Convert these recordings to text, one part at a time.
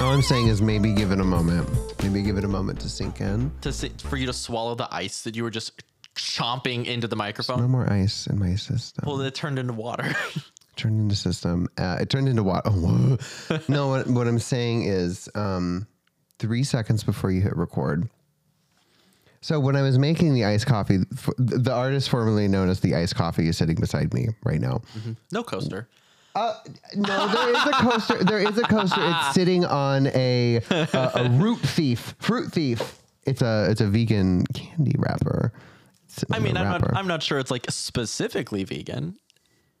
All I'm saying is maybe give it a moment. Maybe give it a moment to sink in. to si- for you to swallow the ice that you were just chomping into the No microphone. more ice in my system. Well, it turned into water. turned into system. Uh, it turned into what? Oh, whoa. no, what, what I'm saying is um, three seconds before you hit record. So when I was making the iced coffee, f- the artist formerly known as the iced coffee is sitting beside me right now. no coaster. No, there is a coaster. There is a coaster. It's sitting on a a, a root thief, fruit thief. It's a it's a vegan candy wrapper. It's sitting I on mean, a I'm wrapper. not, I'm not sure it's like specifically vegan.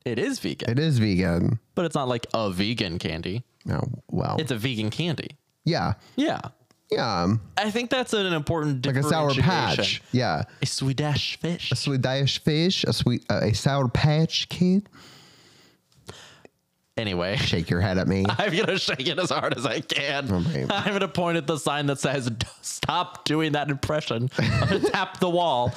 It is vegan, It is vegan. but it's not like a vegan candy. Oh well, It's a vegan candy. yeah, Yeah. yeah, I think that's an important like a sour patch. Yeah, A Swedish fish. a Swedish fish, a sweet, uh, a sour patch kid. Anyway, Shake your head at me. I'm gonna shake it as hard as I can. right. I'm gonna point at the sign that says "D- "Stop doing that impression." I'm gonna tap the wall.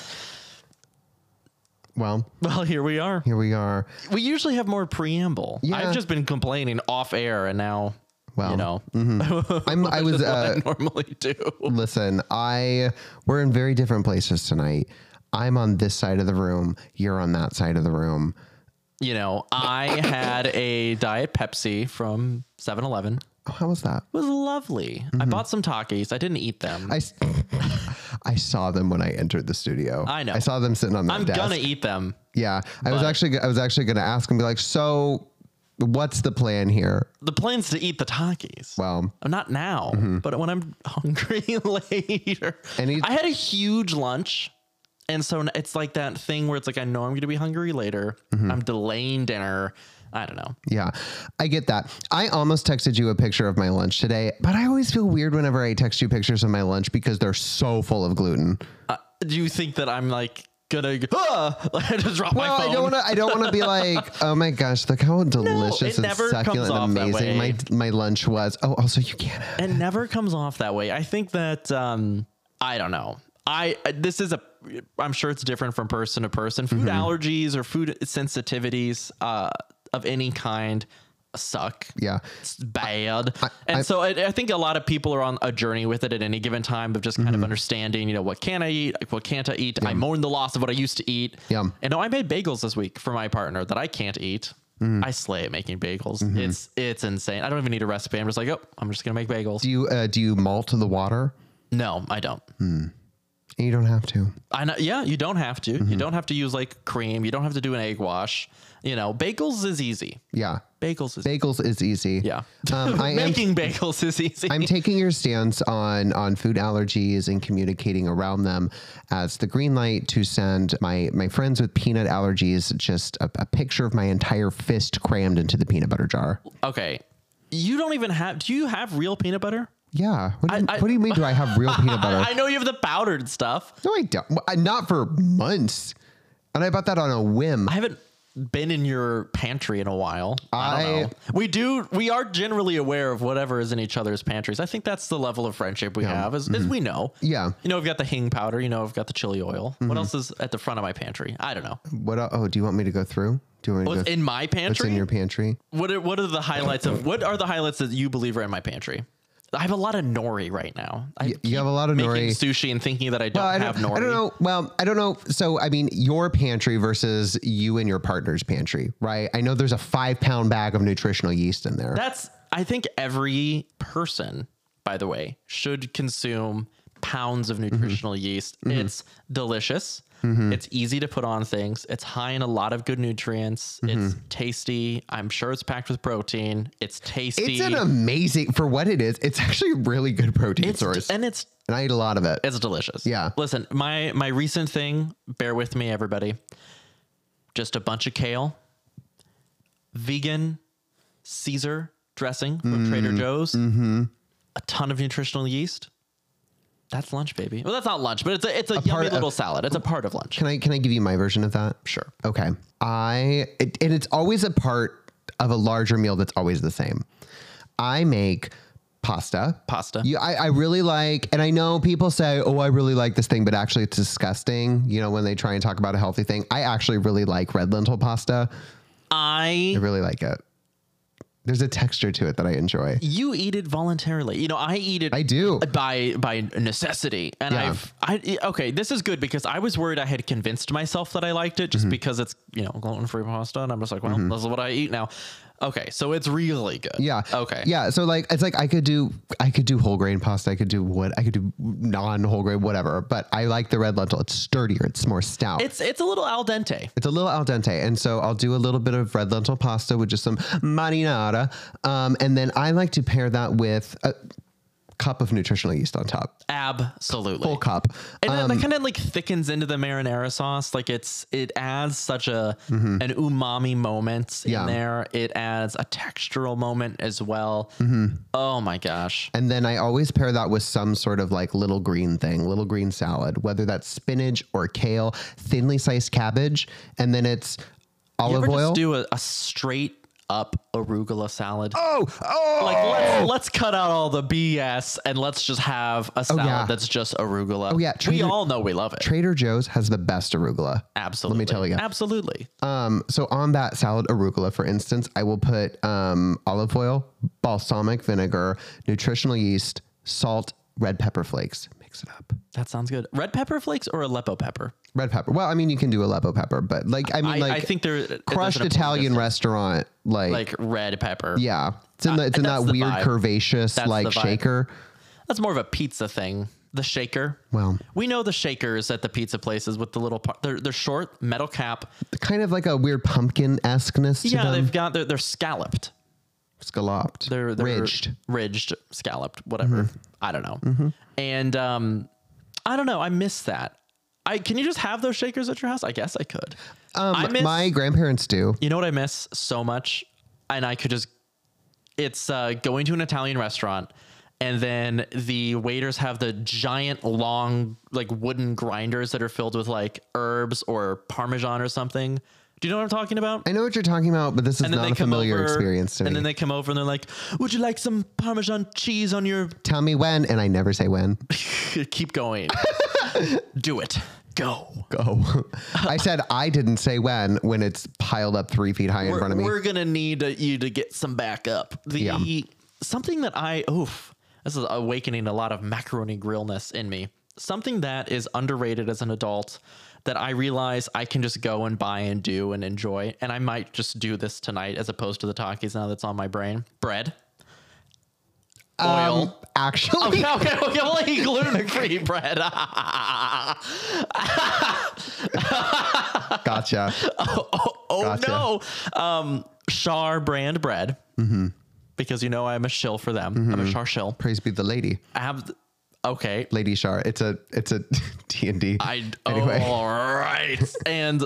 Well, Well, here we are. here we are. We usually have more preamble. Yeah. I've just been complaining off air, and now Well, you know I'm. I was. Uh, what I normally do. Listen, I we're in very different places tonight. I'm on this side of the room. You're on that side of the room. You know, I had a diet Pepsi from 7-Eleven. It Oh, how was that? was lovely. I bought some Takis. I didn't eat them. Mm-hmm. I, I, s- I saw them when I entered the studio. I know. I saw them sitting on that am desk. gonna eat them. yeah, I was but- actually go- I was actually gonna ask and be like, so what's the plan here? The plan's to eat the Takis. Well, mm-hmm. Uh, not now, but when I'm hungry later. And he- I had a huge lunch. And so n- it's like that thing where it's like, I know I'm going to be hungry later. Mm-hmm. I'm delaying dinner. I don't know. yeah, I get that. I almost texted you a picture of my lunch today, but I always feel weird whenever I text you pictures of my lunch because they're so full of gluten. Uh, do you think that I'm like going to just drop Well, my phone? I don't want to. I don't want to be like, oh my gosh, look how delicious and never comes succulent off and that amazing my way. my lunch was. Oh, also you can't. have- it never comes off that way. I think that um I don't know. I uh, this is a I'm sure it's different from person to person. Mm-hmm. Food allergies or food sensitivities uh of any kind suck. Yeah, It's bad. and I- so I, I think a lot of people are on a journey with it at any given time of just kind Mm-hmm. of understanding, you know, what can I eat? Like, What can't I eat? I mourn the loss of what I used to eat. Yum. And no, I made bagels this week for my partner that I can't eat. Mm-hmm. I slay at making bagels. It's it's insane. I don't even need a recipe. I'm just like, oh, I'm just gonna make bagels. do Mm-hmm. you uh, do you malt the water? no, I don't. You don't have to. I know. Yeah, you don't have to. Mm-hmm. You don't have to use like cream. You don't have to do an egg wash. You know, bagels is easy. Yeah, Bagels is bagels is easy. yeah. um, I am. making bagels is easy. I'm taking your stance on on food allergies and communicating around them as the green light to send my my friends with peanut allergies just a, a picture of my entire fist crammed into the peanut butter jar. Okay. You don't even have. Do you have real peanut butter? Yeah. What do you, I- what do you mean? Do I have real peanut butter? I, I know you have the powdered stuff. No, I don't. Well, I- Not for months. And I bought that on a whim. I haven't been in your pantry in a while. I, don't I- know. We do. We are generally aware of whatever is in each other's pantries. I think that's the level of friendship we have, as, as we know. Mm-hmm. Yeah. Mm-hmm. You know, I've got the hing powder. You know, I've got the chili oil. What else is at the front of my pantry? I don't know. What? el- Oh, do you want me to go through? Do you want me to What's go in my What's Oh, pantry? in your pantry? what are what are the highlights of what are the highlights that you believe are in my pantry? I have a lot of nori right now. I you have a lot of making nori. sushi and thinking that I don't Well, I have don't, nori. I don't know. Well, I don't know. So, I mean, your pantry versus you and your partner's pantry, right? I know there's a five pound bag of nutritional yeast in there. That's I think every person, by the way, should consume pounds of nutritional yeast. It's delicious. It's easy to put on things. It's high in a lot of good nutrients. It's tasty. I'm sure it's packed with protein. It's tasty. it's an amazing, for what it is, it's actually a really good protein It's- source. and it's and I eat a lot of it. it's delicious. Yeah. Listen, my my recent thing, bear with me everybody. Just a bunch of kale, vegan Caesar dressing from Mm-hmm. Trader Joe's, a ton of nutritional yeast. That's lunch, baby. Well, that's not lunch, but it's a it's a, yummy part of- little salad. It's a part of lunch. Can I can I give you my version of that? Sure. Okay. I it, and it's always a part of a larger meal that's always the same. I make pasta. Pasta. You, I, I really like, and I know people say, "Oh, I really like this thing," but actually, it's disgusting. You know, when they try and talk about a healthy thing, I actually really like red lentil pasta. I I really like it. There's a texture to it that I enjoy. You eat it voluntarily. You know, I eat it. I do. by by necessity. And Yeah. I've I okay, this is good because I was worried I had convinced myself that I liked it just Mm-hmm. because it's you know gluten free pasta, and I'm just like, well, this is what I eat now. Okay, so it's really good. Yeah. Okay. Yeah. So like, it's like I could do, I could do whole grain pasta. I could do what I could do non whole grain, whatever. But I like the red lentil. It's sturdier. It's more stout. It's, It's it's a little al dente. a little al dente, and so I'll do a little bit of red lentil pasta with just some marinara, um, and then I like to pair that with a cup of nutritional yeast on top, Absolutely. full cup. Uh, and that- Um, that kind of like thickens into the marinara sauce. Like it's it adds such a an umami moment Mm-hmm. Yeah. in there. It adds a textural moment as well. Mm-hmm. Oh my gosh. And then I always pair that with some sort of like little green thing, little green salad, whether that's spinach or kale, thinly sliced cabbage, and then it's You olive ever oil. just do a, a straight up arugula salad? oh, oh, Oh, Like let's let's cut out all the BS and let's just have a salad yeah. that's just arugula. Oh yeah, we Trader- all know we love it. Trader Joe's has the best arugula. Absolutely. tell you. Absolutely. Um, so on that salad arugula, for instance, I will put um, olive oil, balsamic vinegar, nutritional yeast, salt, red pepper flakes. Mix it up. That sounds good. Red pepper flakes or Aleppo pepper? Red pepper. Well, I mean, you can do aleppo pepper, but like, I mean, I, like I think they're there's crushed an important Italian difference. restaurant, like red pepper. Yeah. It's in, the, it's in that's that the weird vibe. curvaceous That's like the vibe. shaker. That's more of a pizza thing. The shaker. Well. we know the shakers at the pizza places with the little part. They're, they're short, metal cap. Kind of like a weird pumpkin esqueness to yeah, them. they've got they're, they're scalloped. Scalloped. They're, they're ridged. Mm-hmm. ridged, scalloped, whatever. I don't know. And um, I don't know. I miss that. I can you just have those shakers at your house? I guess I could. Um, I miss. my grandparents do. you know what I miss so much, and I could just. It's uh, going to an Italian restaurant, and then the waiters have the giant, long, like wooden grinders that are filled with like herbs or parmesan or something. Do you know what I'm talking about? I know what you're talking about, but this is and then not they a come familiar over, experience to and me. then they come over and they're like, "Would you like some Parmesan cheese on your?" Tell me when, and I never say when. Keep going. Do it. Go. Go. I said I didn't say when when it's piled up three feet high in We're, front of me. we're gonna need uh, you to get some backup. The Yeah. something that I oof, this is awakening a lot of macaroni grillness in me. Something that is underrated as an adult that I realize I can just go and buy and do and enjoy, and I might just do this tonight as opposed to the Takis now that's on my brain. Bread. Oil. Um, actually, Okay, okay, okay. Well, he gluten free Oh, bread. gotcha. Oh Gotcha. no. Um Char brand bread. Mm-hmm. Because you know I'm a shill for them. I'm a Char shill. Praise be the lady, I have okay. Lady Shar. It's a it's a D and D. I oh. Anyway. all right. and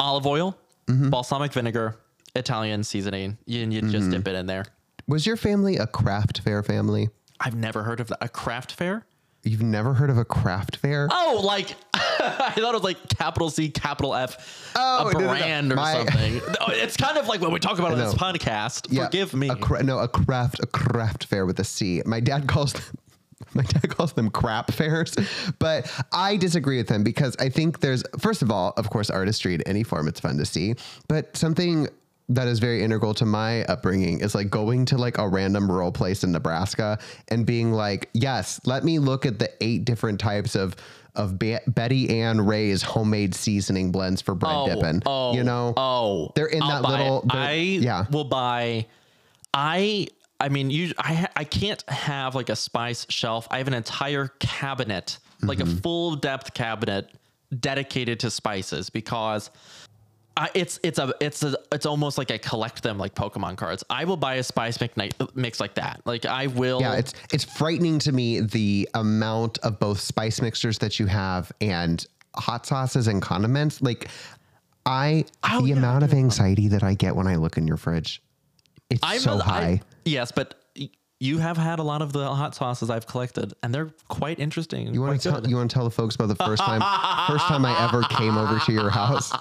olive oil, Mm-hmm. balsamic vinegar, Italian seasoning. You, you just Mm-hmm. dip it in there. Was your family a craft fair family? I've never heard of that. A craft fair? You've never heard of a craft fair? Oh, like I thought it was like capital C, capital F, Oh, a no, no, no. brand or My- something. No, it's kind of like what we talk about on this know. podcast. Forgive me. A cra- no, a craft, a craft fair with a C. My dad calls them. My dad calls them crap fairs, but I disagree with him because I think there's, first of all, of course, artistry in any form, it's fun to see. But something that is very integral to my upbringing is like going to like a random rural place in Nebraska and being like, yes, let me look at the eight different types of of Be- Betty Ann Ray's homemade seasoning blends for bread dipping. Oh, you know, oh, They're in that buy it. little- they're- I yeah. will buy. I I mean, you I ha- I can't have like a spice shelf. I have an entire cabinet, like Mm-hmm. a full depth cabinet dedicated to spices because. I, it's it's a it's a it's almost like I collect them like Pokemon cards. I will buy a spice McKnight mix like that. Like I will. Yeah, it's it's frightening to me the amount of both spice mixtures that you have and hot sauces and condiments. Like I Oh, the yeah, amount of anxiety that I get when I look in your fridge. It's I'm so a- I- high. yes, but y- you have had a lot of the hot sauces I've collected, and they're quite interesting. and You want quite to tell good. you want to tell the folks about the first time first time I ever came over to your house.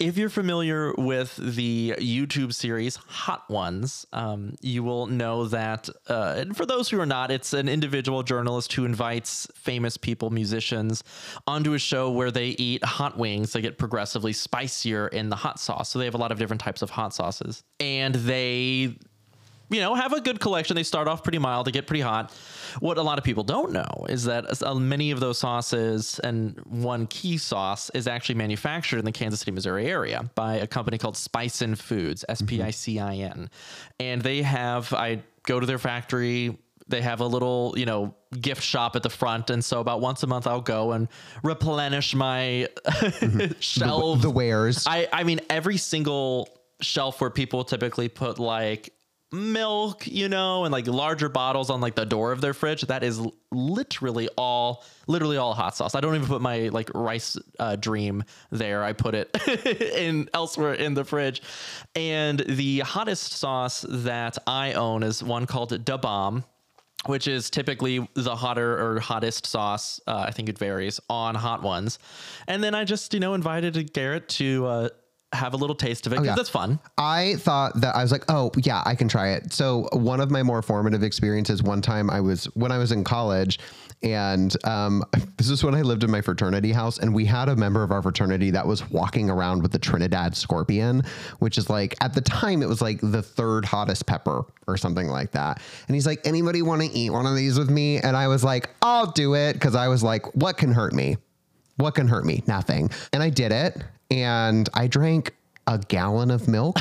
If you're familiar with the YouTube series Hot Ones, um, you will know that, uh, and for those who are not, it's an individual journalist who invites famous people, musicians, onto a show where they eat hot wings. They get progressively spicier in the hot sauce. So they have a lot of different types of hot sauces. And they you know, have a good collection. They start off pretty mild, they get pretty hot. What a lot of people don't know is that uh, many of those sauces and one key sauce is actually manufactured in the Kansas City, Missouri area by a company called Spicin Foods, S P I C I N. And they have, I go to their factory, they have a little, you know, gift shop at the front. And so about once a month, I'll go and replenish my shelves. The wares. I, I mean, every single shelf where people typically put like milk, you know, and like larger bottles on like the door of their fridge, that is l- literally all, literally all hot sauce. I don't even put my like rice uh, dream there. I put it in elsewhere in the fridge. And the hottest sauce that I own is one called Da Bomb which is typically the hotter or hottest sauce. Uh, I think it varies on hot ones. And then I just, you know, invited Garrett to uh, have a little taste of it because Oh, yeah. that's fun. I thought that I was like, oh yeah, I can try it. So one of my more formative experiences. One time I was when I was in college, and um, this is when I lived in my fraternity house, and we had a member of our fraternity that was walking around with the Trinidad Scorpion, which is like at the time it was like the third hottest pepper or something like that. And he's like, anybody want to eat one of these with me? And I was like, I'll do it because I was like, what can hurt me? What can hurt me? Nothing. And I did it, and I drank a gallon of milk.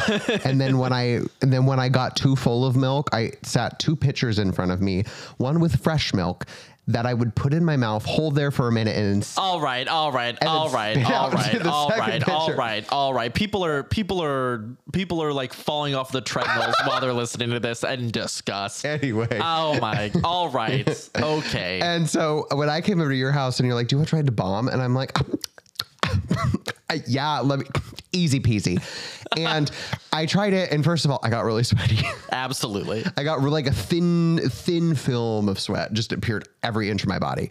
and then when I and then when I got too full of milk, I sat two pitchers in front of me, one with fresh milk that I would put in my mouth, hold there for a minute, and s- All right, all right, all then right, spit all out to right, the all second right, all picture. right, all right. People are people are people are like falling off the treadmills while they're listening to this and disgust. anyway. Oh my! All right, okay. Uh, and so when I came over to your house and you're like, "Do you want to try to bomb?" and I'm like, "Yeah, let me." Easy peasy. And I tried it, and first of all, I got really sweaty. Absolutely. I got re- like a thin, thin film of sweat just appeared every inch of my body.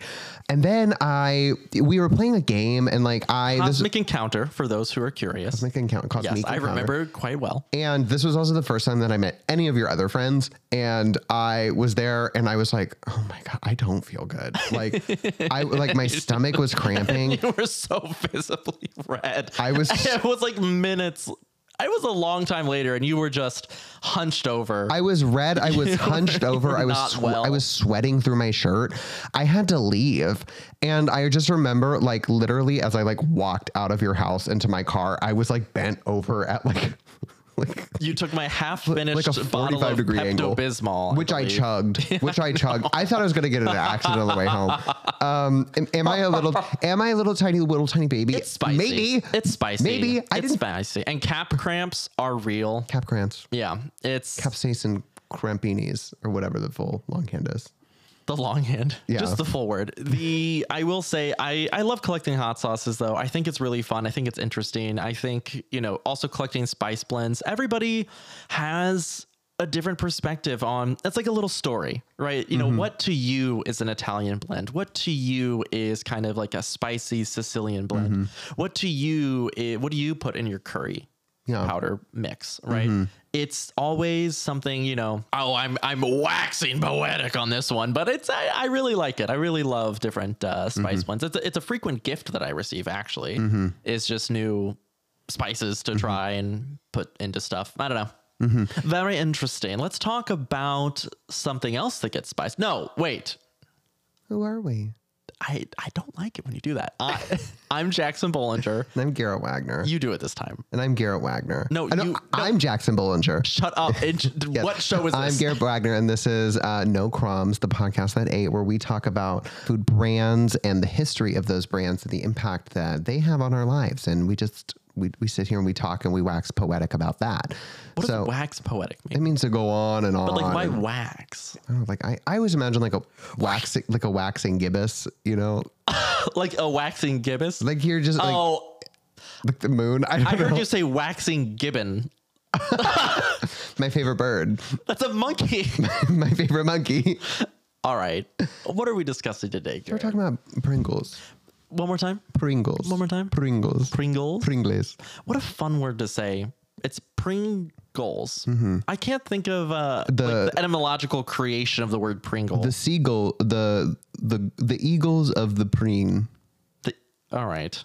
And then I, we were playing a game and like I, this Cosmic Encounter for those who are curious. is can count. Yes, I remember quite well. And this was also the first time that I met any of your other friends. And I was there and I was like, oh my God, I don't feel good. Like I, like my stomach was cramping. you were so visibly red. I was- It was like minutes. It was a long time later, and you were just hunched over. I was red. I was hunched over. I was not swe- well. I was sweating through my shirt. I had to leave, and I just remember like literally as I like walked out of your house into my car, I was like bent over at like like you took my half-finished like a bottle 45 of degree Pepto angle, Bismol, which I chugged, which I chugged. I thought I was gonna get in an accident on the way home. Um, am, am I a little? Am I a little tiny little tiny baby? It's spicy. Maybe it's spicy. Maybe I it's didn't. spicy. And cap cramps are real. Cap crants, Yeah, it's capsaicin crampinis, or whatever the full longhand is. the longhand Yeah. just the full word the i will say i i love collecting hot sauces though i think it's really fun i think it's interesting i think you know also collecting spice blends everybody has a different perspective on it's like a little story right you Mm-hmm. know what to you is an italian blend what to you is kind of like a spicy sicilian blend Mm-hmm. what to you i what do you put in your curry Yeah. powder mix, right? It's always something, you know. Oh, I'm I'm waxing poetic on this one, but it's I, I really like it. I really love different uh, spice blends. It's a, it's a frequent gift that I receive actually. It's just new spices to try and put into stuff. I don't know. Very interesting. Let's talk about something else that gets spiced. No, wait. Who are we? I, I don't like it when you do that. I, I'm Jackson Bollinger. And I'm Garrett Wagner. You do it this time. And I'm Garrett Wagner. No, I know- you- no. I'm Jackson Bollinger. Shut up. It, What show is this? I'm Garrett Wagner, and this is uh, No Crumbs, the podcast that ate, where we talk about food brands and the history of those brands and the impact that they have on our lives. And we just we, we sit here and we talk and we wax poetic about that. What so does wax poetic it mean? means to go on and on. Like why and- wax? I don't know, like I, I always imagine like a waxing like a waxing gibbous, you know, Like a waxing gibbous? like you're just like, oh, like the moon. I don't I know. heard you say waxing gibbon. My favorite bird. That's a monkey. My favorite monkey. All right. What are we discussing today? We're Garrett? talking about Pringles. One more time. Pringles. One more time? Pringles. Pringles. Pringles. What a fun word to say. It's Pringles. I can't think of uh, like, the, Mm-hmm. The- etymological creation of the word Pringle. The seagull. The the the eagles of the preen. The- all right.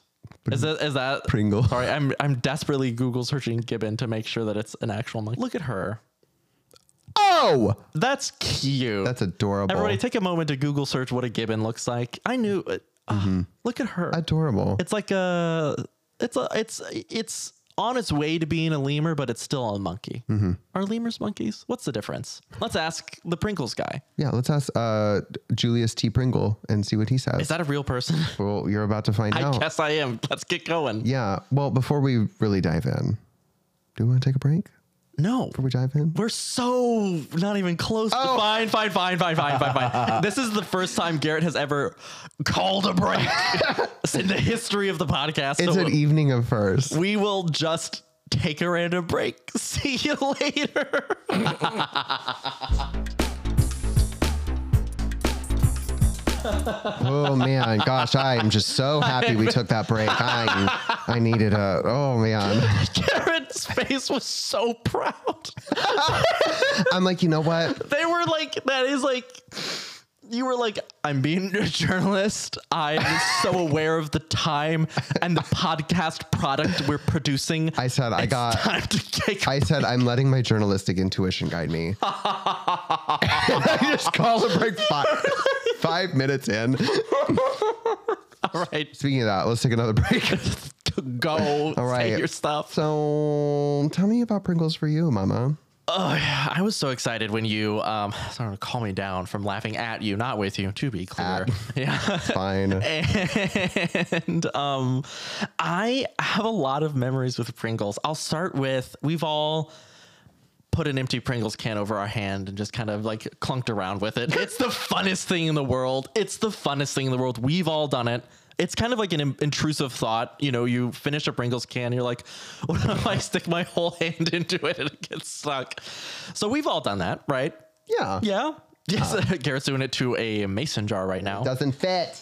Is that is that Pringle. Sorry, I'm I'm desperately Google searching Gibbon to make sure that it's an actual monkey. Look at her. Oh, That's cute. that's adorable. Everybody, take a moment to Google search what a gibbon looks like. I knew. it. Ah, Mm-hmm. look at her. adorable. it's like a. It's a. It's it's on its way to being a lemur, but it's still a monkey. Mm-hmm. Are lemurs monkeys? What's the difference? Let's ask the Pringles guy. yeah, let's ask uh, Julius T. Pringle and see what he says. Is that a real person? well, you're about to find out. I guess I am. Let's get going. Oh. Yeah. Well, before we really dive in, do we want to take a break No, before we dive in? We're so not even close. Oh. To fine, fine, fine, fine, fine, fine, fine. This is the first time Garrett has ever called a break in the history of the podcast. It's so an evening of first. we will just take a random break. See you later. Oh man, gosh, I am just so happy we took that break. I I needed a. Oh man, Garrett's face was so proud. I'm like, you know what? They were like, that is like. You were like, I'm being a journalist. I'm so aware of the time and the podcast product we're producing. I uh, said I got. it's time to take I said I'm letting my journalistic intuition guide me. and I just call a break five, five minutes in. All right, Speaking of that, let's take another break. go. All right, right. your stuff. So tell me about Pringles for you, Mama. Oh, yeah. I was so excited when you um, started to calm me down from laughing at you, not with you, to be clear. Yeah. Fine. and um, I have a lot of memories with Pringles. I'll start with we've all put an empty Pringles can over our hand and just kind of like clunked around with it. It's the funnest thing in the world. It's the funnest thing in the world. We've all done it. It's kind of like an in- intrusive thought. You know, you finish a Pringles can, you're like, what if I stick my whole hand into it and it gets stuck? So we've all done that, right? Yeah. Yeah. Yes, Garrett's doing it to a mason jar right now. Doesn't fit.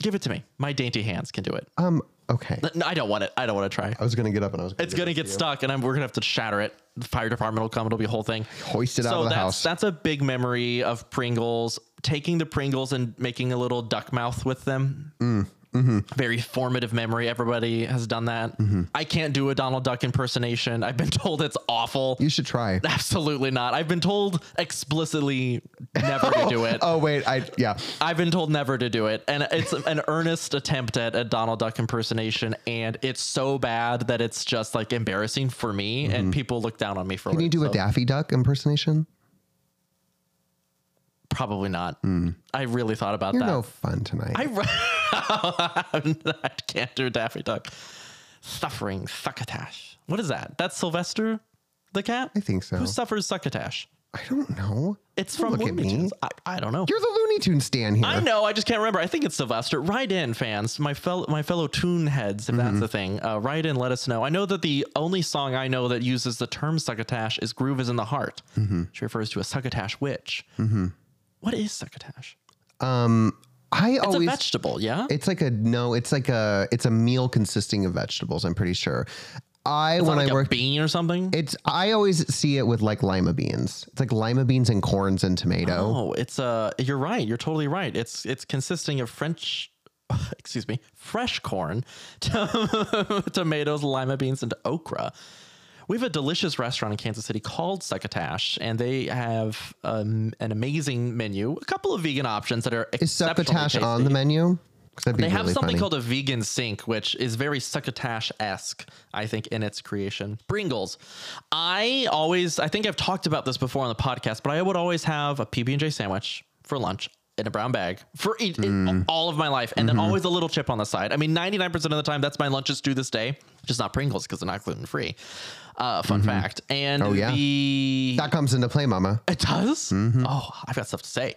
Give it to me. My dainty hands can do it. Um. Okay. No, I don't want it. I don't want to try. I was gonna get up and I was. Gonna It's give gonna it get you. stuck, and I'm, we're gonna have to shatter it. The fire department will come. It'll be a whole thing. Hoist it out of the that's, house. That's a big memory of Pringles. Taking the Pringles and making a little duck mouth with them. Mm, mm-hmm. Very formative memory. Everybody has done that. I can't do a Donald Duck impersonation. I've been told it's awful. You should try. Absolutely not. I've been told explicitly never to do it. Oh wait, I yeah. I've been told never to do it. And it's an earnest attempt at a Donald Duck impersonation. And it's so bad that it's just like embarrassing for me. And people look down on me for Mm-hmm. Can it. you do a so Daffy Duck impersonation? Probably not. I really thought about Mm. You're that. no fun tonight. I, I can't do Daffy Duck. Suffering succotash. What is that? That's Sylvester the cat? I think so. Who suffers succotash? I don't know. It's from look at Looney me. Tunes. I, I don't know. You're the Looney Tunes stand here. I know. I just can't remember. I think it's Sylvester. Write in, fans, my fellow my fellow tune heads, if Mm-hmm. that's the thing. Uh, write in, let us know. I know that the only song I know that uses the term succotash is "Groove Is in the Heart," Mm-hmm. which refers to a succotash witch. What is succotash? I It's always. a vegetable, yeah. Oh, it's like a no. It's like a. It's a meal consisting of vegetables. I'm pretty sure. I when like I worked. a bean or something. It's I always see it with like lima beans. It's like lima beans and corns and tomato. oh, it's uh You're right. You're totally right. It's it's consisting of French. Excuse me, fresh corn, to- tomatoes, lima beans, and okra. We have a delicious restaurant in Kansas City called Succotash, and they have um, an amazing menu, a couple of vegan options that are Is exceptionally succotash tasty. on the menu? 'Cause that'd be They have really something funny. called a vegan sink, which is very succotash esque, I think, in its creation. Pringles. I always, I think I've talked about this before on the podcast, but I would always have a PB and J sandwich for lunch in a brown bag for eat, Mm. all of my life, and Mm-hmm. then always a little chip on the side. I mean, ninety nine percent of the time, that's my lunches to this day. Just not Pringles because they're not gluten free. Uh, fun fact. And Mm-hmm. Oh, yeah. the that comes into play, Mama. it does? Oh, I've got stuff to say.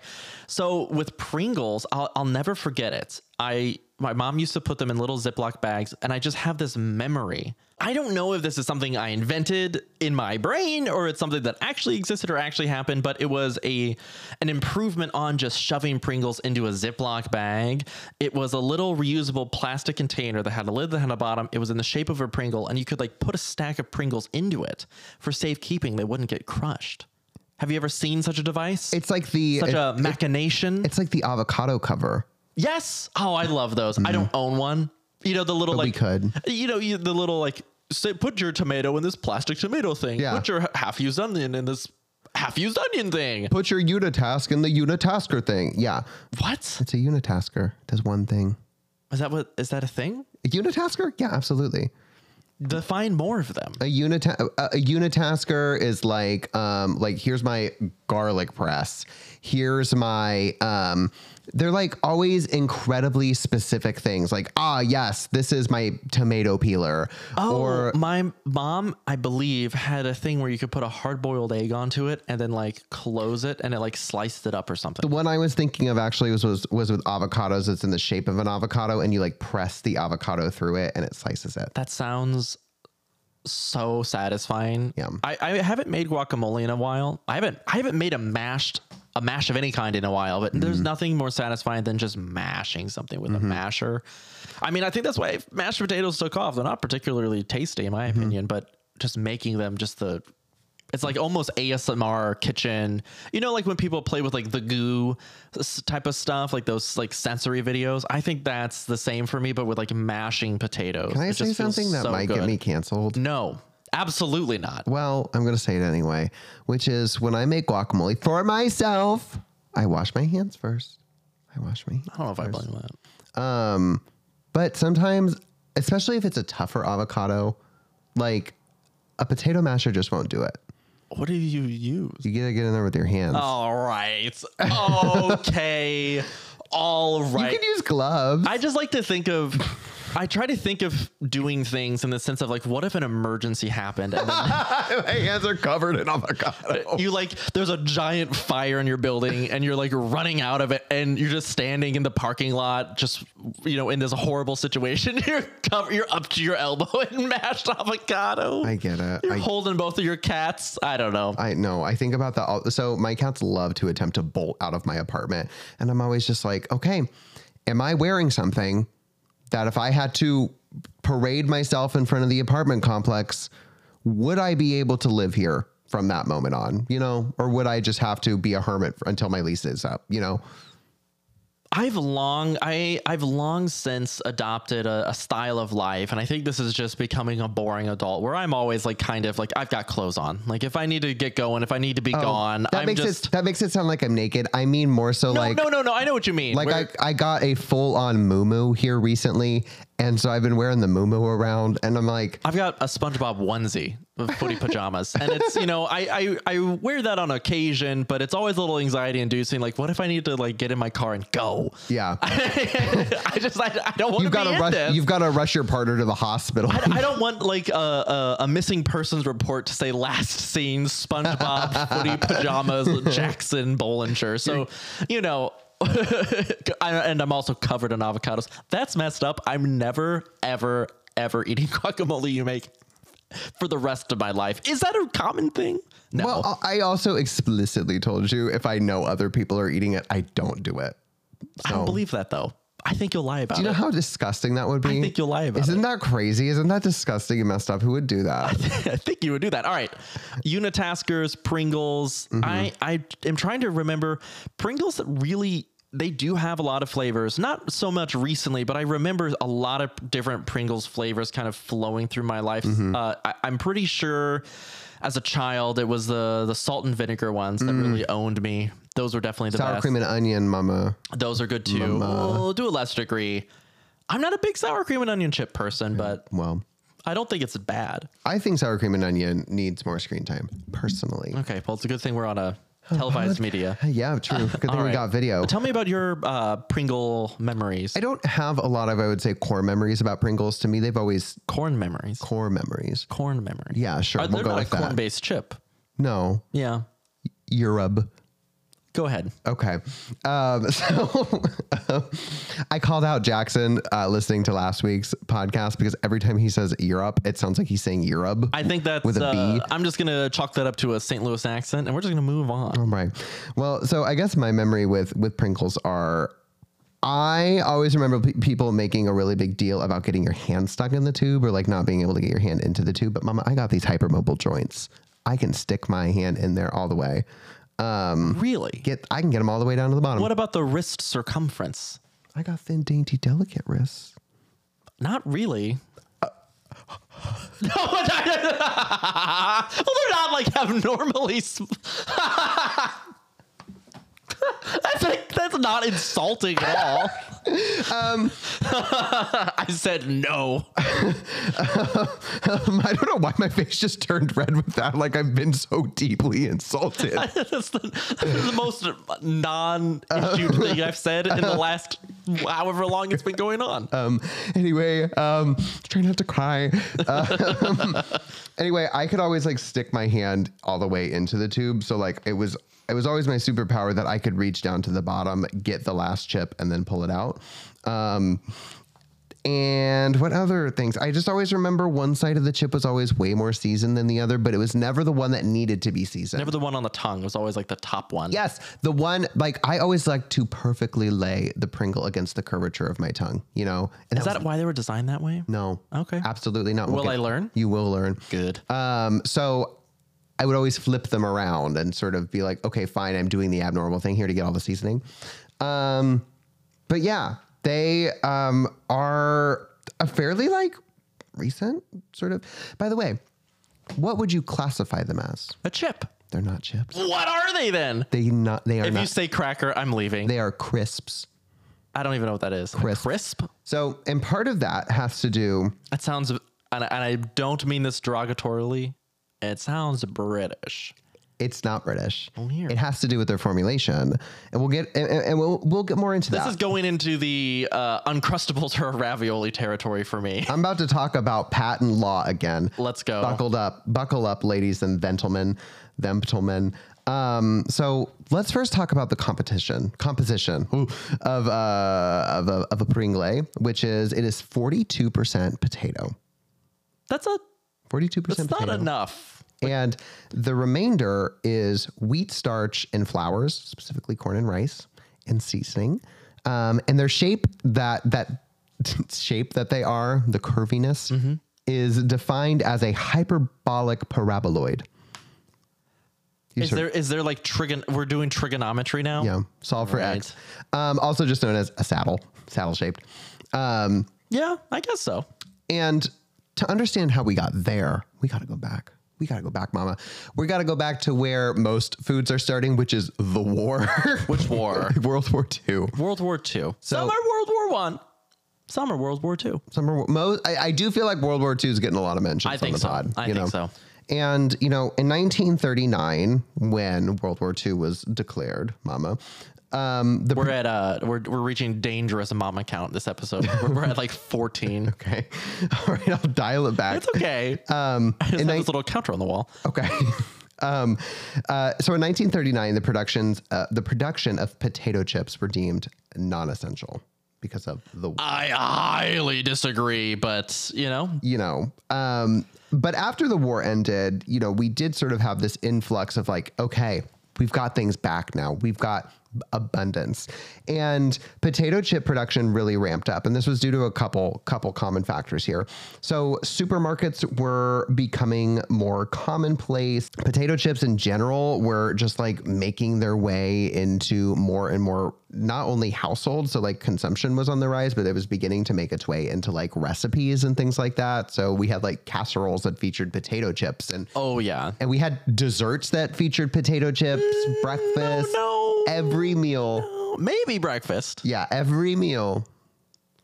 So with Pringles, I'll, I'll never forget it. I my mom used to put them in little Ziploc bags, and I just have this memory. I don't know if this is something I invented in my brain or it's something that actually existed or actually happened, but it was a an improvement on just shoving Pringles into a Ziploc bag. It was a little reusable plastic container that had a lid that had a bottom. It was in the shape of a Pringle, and you could like put a stack of Pringles into it for safekeeping. They wouldn't get crushed. Have you ever seen such a device? It's like the such it- a machination. it's like the avocado cover. Yes. Oh, I love those. I don't own one. You know the little Mm-hmm. we like could. You know you, the little like say, put your tomato in this plastic tomato thing. Yeah. Put your h- half-used onion in this half-used onion thing. Put your unitask in the unitasker thing. Yeah, What it's a unitasker. Does one thing. is that? What is that a thing? A unitasker? Yeah, absolutely. Define more of them. A unita- a, a unitasker is like um like here's my garlic press. Here's my um they're like always incredibly specific things like ah yes, this is my tomato peeler Oh, or my mom, I believe, had a thing where you could put a hard-boiled egg onto it and then like close it and it like sliced it up or something. the one I was thinking of actually was, was was with avocados. It's in the shape of an avocado, and you like press the avocado through it, and it slices it. That sounds so satisfying. Yeah. I, I haven't made guacamole in a while. I haven't I haven't made a mashed a mash of any kind in a while, but there's Mm-hmm. nothing more satisfying than just mashing something with a masher. I mean, I think that's why mashed potatoes took off. They're not particularly tasty in my Mm-hmm. opinion, but just making them just the it's like almost ASMR kitchen. You know, like when people play with like the goo s- type of stuff, like those like sensory videos. I think that's the same for me, but with like mashing potatoes. Can I It say just feels something that so might get good. me canceled? No, absolutely not. Well, I'm going to say it anyway, which is when I make guacamole for myself, I wash my hands first. I wash my hands. I don't know if I blame that. Um, but sometimes, especially if it's a tougher avocado, like a potato masher just won't do it. What do you use? You gotta get in there with your hands. All right. Okay. All you right. can use gloves. I just like to think of. I try to think of doing things in the sense of like, what if an emergency happened and then my hands are covered in avocado. you like there's a giant fire in your building and you're like running out of it and you're just standing in the parking lot just you know in this horrible situation you're cover, you're up to your elbow in mashed avocado I get it. you're I, holding both of your cats i don't know I know. I think about that. All, so my cats love to attempt to bolt out of my apartment, and I'm always just like, okay, am I wearing something that if I had to parade myself in front of the apartment complex, would I be able to live here from that moment on? You know, or would I just have to be a hermit f- until my lease is up? You know, I've long I I've long since adopted a, a style of life, and I think this is just becoming a boring adult where I'm always like kind of like I've got clothes on. Like if I need to get going, if I need to be gone, Oh, that I'm makes just it that makes it sound like I'm naked. I mean, more so no like. no no no. I know what you mean. Like Where- I, I got a full on muumuu here recently, and so I've been wearing the muumuu around, and I'm like, I've got a SpongeBob onesie, with footy pajamas, and it's you know I, I I wear that on occasion, but it's always a little anxiety inducing. Like, what if I need to like get in my car and go? yeah. I just I, I don't want to You've got be to in rush. this. You've got to rush your partner to the hospital. I don't want like a, a, a missing persons report to say last seen SpongeBob footy pajamas Jackson Bollinger. So you know, I, and I'm also covered in avocados. That's messed up. I'm never ever ever eating guacamole you make for the rest of my life. Is that a common thing? No. Well, I I also explicitly told you if I know other people are eating it, I don't do it. I don't believe that though. I think you'll lie about You know it. how disgusting that would be. I think you'll lie about it. Isn't that crazy? Isn't that disgusting and messed up? Who would do that? I think you would do that. All right. Unitaskers, Pringles. Mm-hmm. I, I am trying to remember Pringles really they do have a lot of flavors. Not so much recently, but I remember a lot of different Pringles flavors kind of flowing through my life. Mm-hmm. Uh, I, I'm pretty sure as a child it was the the salt and vinegar ones that really owned me. Those were definitely the Mm. Sour best. cream and onion, mama. Those are good too. Well, to a lesser degree. I'm not a big sour cream and onion chip Mm. person, but Well, I don't think it's bad. I think sour cream and onion needs more screen time, personally. Okay, well, it's a good thing we're on a televised media. Yeah, true. Good thing we All right. got video. Tell me about your uh, Pringle memories, I don't have a lot of, I would say, core memories about Pringles. To me, they've always corn memories, core memories. corn memories. Yeah, sure. Are, we'll they're go not a with that. corn-based chip. No, Yeah, Europe. Go ahead. Okay. Um, so um, I called out Jackson uh, listening to last week's podcast because every time he says Europe, it sounds like he's saying Europe. I think that's. With a uh, B. I'm just gonna chalk that up to a St. Louis accent, and we're just gonna move on. All right. Oh, Well, so I guess my memory with with Pringles are I always remember pe- people making a really big deal about getting your hand stuck in the tube or like not being able to get your hand into the tube. But mama, I got these hypermobile joints. I can stick my hand in there all the way. Um, Really? get I can get them all the way down to the bottom. What about the wrist circumference? I got thin, dainty, delicate wrists. Not really. no, well, they're not like abnormally. Sm- that's like, that's not insulting at all. Um, I said no. Um, I don't know why my face just turned red with that. Like I've been so deeply insulted. that's the, the most non-issued thing I've said in the last however long it's been going on. Um, anyway, um, trying not to cry. Um, anyway, I could always like stick my hand all the way into the tube, so like it was it was always my superpower that I could reach down to the bottom, get the last chip, and then pull it out. Um, and what other things? I just always remember one side of the chip was always way more seasoned than the other, but it was never the one that needed to be seasoned. Never the one on the tongue. It was always like the top one. Yes, the one like I always like to perfectly lay the Pringle against the curvature of my tongue. You know, and Is that why they were designed that way? No. Okay. Absolutely not. We'll Will I learn? You will learn. Good. Um, so I would always flip them around and sort of be like, okay, fine, I'm doing the abnormal thing here to get all the seasoning. Um, but yeah, they um, are a fairly like recent sort of. By the way, what would you classify them as? A chip. They're not chips. What are they then? They not. They are If you not. say cracker, I'm leaving. they are crisps. I don't even know what that is. A Crisp. crisp? So, and part of that has to do That sounds, and I, and I don't mean this derogatorily. It sounds British. It's not British. Oh, here. It has to do with their formulation, and we'll get and, and we'll we'll get more into This that. is going into the uh, uncrustables or ravioli territory for me. I'm about to talk about patent law again. Let's go. Buckled up, buckle up, ladies and gentlemen, gentlemen. Um, so let's first talk about the competition composition ooh, of uh, of a, of a Pringle, which is it is 42 percent potato, That's a. 42 It's percent not potato, enough. and the remainder is wheat starch and flours, specifically corn and rice, and seasoning. Um, and their shape that that shape that they are, the curviness, is defined as a hyperbolic paraboloid. You Is sort- there is there like trigon? We're doing trigonometry now. yeah, solve for x. Um, also, just known as a saddle, saddle shaped. Um, Yeah, I guess so. And to understand how we got there, we got to go back. We got to go back, mama. We got to go back to where most foods are starting, which is the war. Which war? World War II. World War Two. some are World War One. Some are World War Two. Some are, most, I, I do feel like World War II is getting a lot of mentions I on think the so. pod. I you think know? so. And, you know, in 1939, when World War II was declared, mama, um, the We're at uh, we're we're reaching dangerous mama count this episode. We're, we're at like fourteen. Okay. All right, I'll dial it back. It's okay. Um, I just have I- this little counter on the wall. Okay. um, uh, so in 1939, the productions, uh, the production of potato chips were deemed non-essential because of the, I highly disagree, but you know, you know. Um, but after the war ended, you know, we did sort of have this influx of like, okay, we've got things back now. We've got abundance and potato chip production really ramped up and this was due to a couple couple common factors here so supermarkets were becoming more commonplace potato chips in general were just like making their way into more and more not only households so like consumption was on the rise but it was beginning to make its way into like recipes and things like that so we had like casseroles that featured potato chips and oh yeah, and we had desserts that featured potato chips breakfast no, every meal maybe breakfast. yeah every meal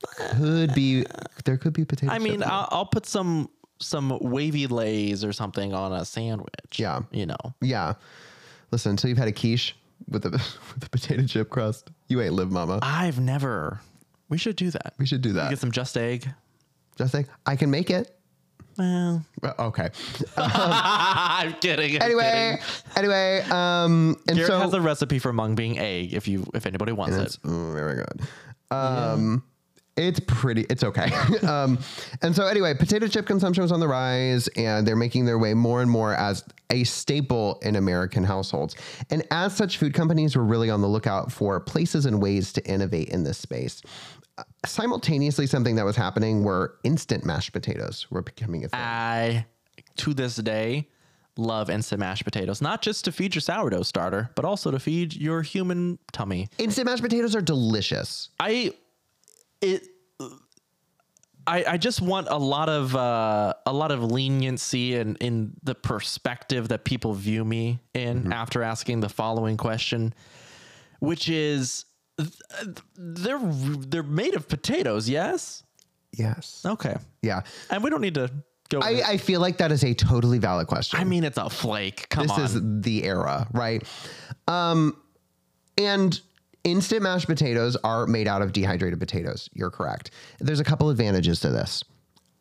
could be there could be potato I chips mean, I'll, I'll put some some wavy lays or something on a sandwich. Yeah. you know, Yeah. Listen, until you've had a quiche with a with a potato chip crust, you ain't live, mama. I've never. We should do that. We should do We that. get some just egg. Just like I can make it. Well, Uh, Okay. I'm kidding. I'm Anyway, kidding. anyway, um, and Garrett so has a recipe for mung bean egg. If you, if anybody wants it, It's oh, very good. Um, It's pretty. It's okay. um, and so anyway, potato chip consumption was on the rise, and they're making their way more and more as a staple in American households. And as such, food companies were really on the lookout for places and ways to innovate in this space. Uh, Simultaneously, something that was happening were instant mashed potatoes were becoming a thing. Ah. I, to this day, love instant mashed potatoes. Not just to feed your sourdough starter, but also to feed your human tummy. instant mashed potatoes are delicious. I, it. I, I just want a lot of uh, a lot of leniency and in the perspective that people view me in Mm-hmm. after asking the following question, which is th- th- they're they're made of potatoes, yes? Yes. Okay, Yeah. and we don't need to go. I, I feel like that is a totally valid question. I mean, it's a flake. Come this on, is the era, right? Um, and instant mashed potatoes are made out of dehydrated potatoes. You're correct. There's a couple advantages to this.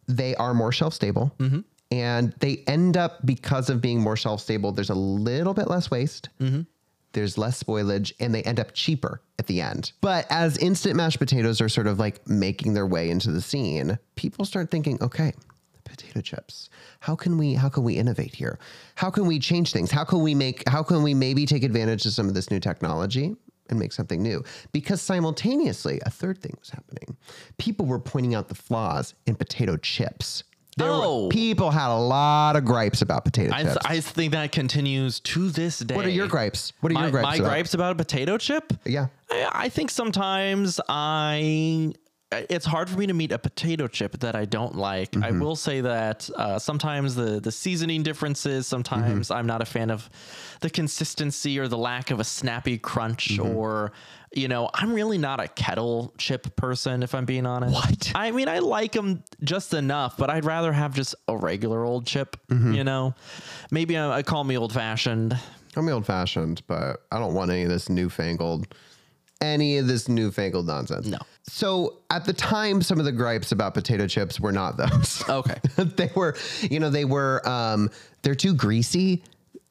They are more shelf stable, Mm-hmm. and they end up because of being more shelf stable. There's a little bit less waste. Mm-hmm. There's less spoilage, and they end up cheaper at the end. But as instant mashed potatoes are sort of like making their way into the scene, people start thinking, okay, potato chips. How can we how can we innovate here? How can we change things? How can we make how can we maybe take advantage of some of this new technology and make something new? Because simultaneously, a third thing was happening. People were pointing out the flaws in potato chips. There Oh. were, people had a lot of gripes about potato I, chips. I think that continues to this day. what are your gripes? What are my, your gripes? my about? gripes about a potato chip? Yeah. I, I think sometimes I. It's hard for me to meet a potato chip that I don't like. I will say that uh, sometimes the the seasoning differences. Sometimes I'm not a fan of the consistency or the lack of a snappy crunch. Or you know, I'm really not a kettle chip person. If I'm being honest, What? I mean, I like them just enough, but I'd rather have just a regular old chip. You know, maybe uh, I, I call me old fashioned. I'm old fashioned, but I don't want any of this newfangled, any of this newfangled nonsense. No. So at the time, some of the gripes about potato chips were not those. Okay. they were, you know, they were, um, they're too greasy.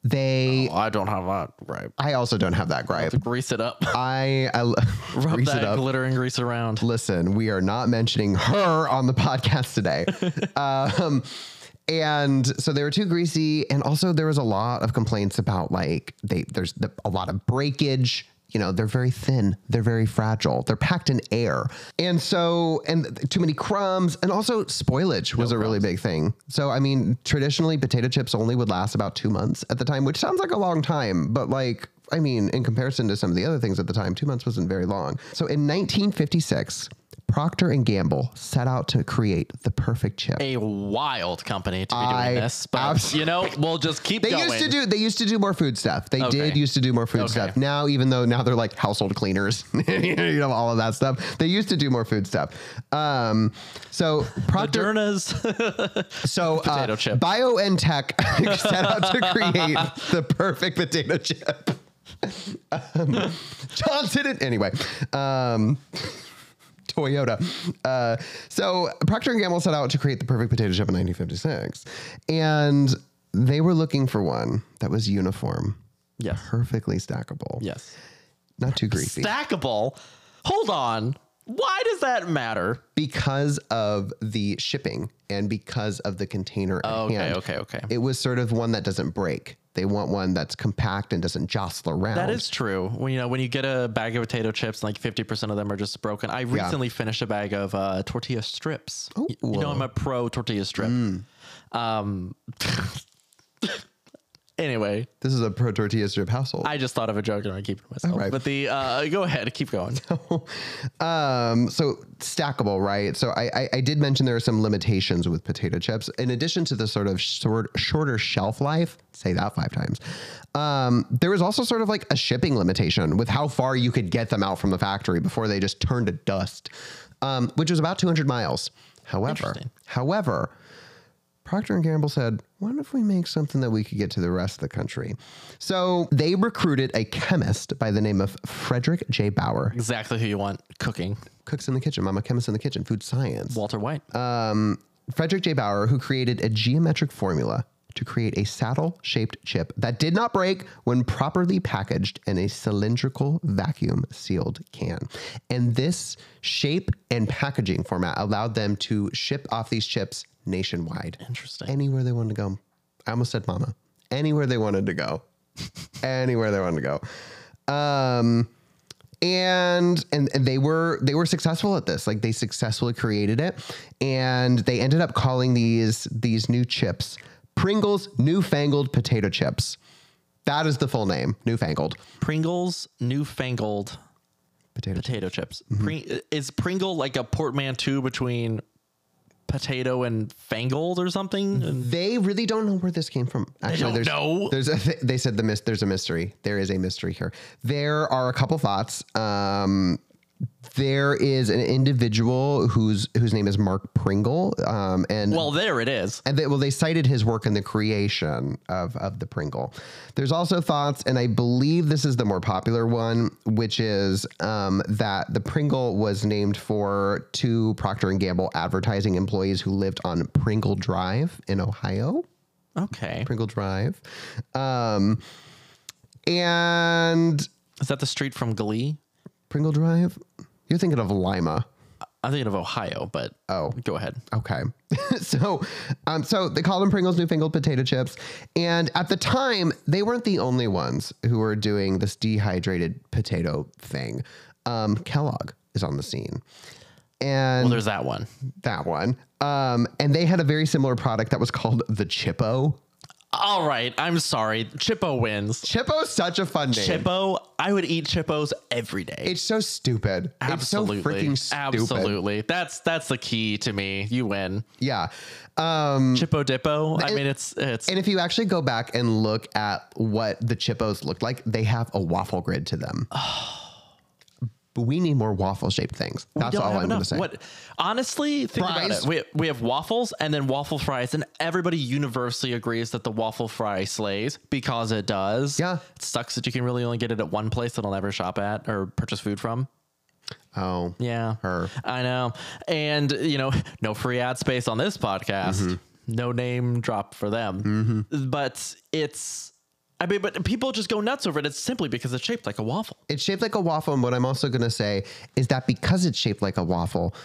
They, I don't have that right. I also don't have that gripe. Grease it up. I, I l- Rub grease that it up. glitter and grease around. Listen, we are not mentioning her on the podcast today. um, and so they were too greasy, and also there was a lot of complaints about like they there's the, a lot of breakage. You know, they're very thin, they're very fragile, they're packed in air, and so and too many crumbs, and also spoilage was a really big thing. So I mean, traditionally potato chips only would last about two months at the time, which sounds like a long time, but like I mean, in comparison to some of the other things at the time, two months wasn't very long. So in 1956, Procter and Gamble set out to create the perfect chip. A wild company to be doing I this, but abs- you know, we'll just keep They going. used to do. They used to do more food stuff. They Okay. did used to do more food Okay. stuff. Now, even though now they're like household cleaners, you know all of that stuff. They used to do more food stuff. Um, so Procter Moderna's So Potato uh, chip. BioNTech set out to create the perfect potato chip. Um, Johnson and anyway, um, Toyota. Uh, so Procter and Gamble set out to create the perfect potato chip in 1956, and they were looking for one that was uniform, Yes. perfectly stackable, yes, not too greasy. stackable. Hold on. Why does that matter? because of the shipping and because of the container. at Oh, Okay, hand, okay, okay. It was sort of one that doesn't break. They want one that's compact and doesn't jostle around. That is true. When you know when you get a bag of potato chips, like fifty percent of them are just broken. I recently finished a bag of uh, tortilla strips. Y- You know I'm a pro tortilla strip. Mm. Um. anyway, This is a pro tortilla strip household. I just thought of a joke and I keep it to myself. right. But the uh, go ahead, keep going. um, so stackable, right? So I, I, I did mention there are some limitations with potato chips. In addition to the sort of short, shorter shelf life, say that five times. Um, there was also sort of like a shipping limitation with how far you could get them out from the factory before they just turned to dust, um, which was about 200 miles. However, however, Procter and Gamble said, "What if we make something that we could get to the rest of the country?" So they recruited a chemist by the name of Frederick J. Bauer Exactly who you want cooking. cooks in the kitchen. I'm a chemist in the kitchen, food science. Walter White. Um, Frederick J. Bauer, who created a geometric formula to create a saddle shaped chip that did not break when properly packaged in a cylindrical vacuum sealed can. And this shape and packaging format allowed them to ship off these chips nationwide, Interesting. anywhere they wanted to go. I almost said mama. Anywhere they wanted to go. anywhere they wanted to go. Um, and, and and they were they were successful at this like they successfully created it and they ended up calling these these new chips Pringles newfangled potato chips that is the full name newfangled Pringles newfangled potato Mm-hmm. chip. potato chips. Pring- is Pringle like a portmanteau between potato and fangled or something? And they really don't know where this came from actually don't there's know. there's a, they said the mis- there's a mystery there is a mystery here there are a couple thoughts um there is an individual whose whose name is Mark Pringle um and well, there it is. And they, well, they cited his work in the creation of, of the Pringle. There's also thoughts, and I believe this is the more popular one, which is um, that the Pringle was named for two Procter and Gamble advertising employees who lived on Pringle Drive in Ohio. Okay. Pringle Drive, um, and Is that the street from Glee? Pringle Drive. You're thinking of Lima. I'm thinking of Ohio, but oh, go ahead. Okay. so, um, so they called them Pringles Newfangled Potato Chips. And at the time, they weren't the only ones who were doing this dehydrated potato thing. Um, Kellogg is on the scene. And Well, there's that one. that one. Um, and they had a very similar product that was called the Chippo. All right. I'm sorry. Chippo wins. Chippo's such a fun name. Chippo. I would eat Chippos every day. It's so stupid. Absolutely. It's so freaking stupid. Absolutely. That's that's the key to me. You win. Yeah. Um, Chippo Dippo. I mean, it's it's And if you actually go back and look at what the Chippos looked like, they have a waffle grid to them. But we need more waffle shaped things. That's don't all have I'm going to enough. say. What honestly, think about Fries? it. We, we have waffles and then waffle fries, and everybody universally agrees that the waffle fry slays because it does. Yeah. it sucks that you can really only get it at one place that I'll never shop at or purchase food from. Oh, Yeah, Her. I know, and you know, no free ad space on this podcast. Mm-hmm. No name drop for them, but it's. I mean, but people just go nuts over it. It's simply because it's shaped like a waffle. it's shaped like a waffle. And what I'm also going to say is that because it's shaped like a waffle,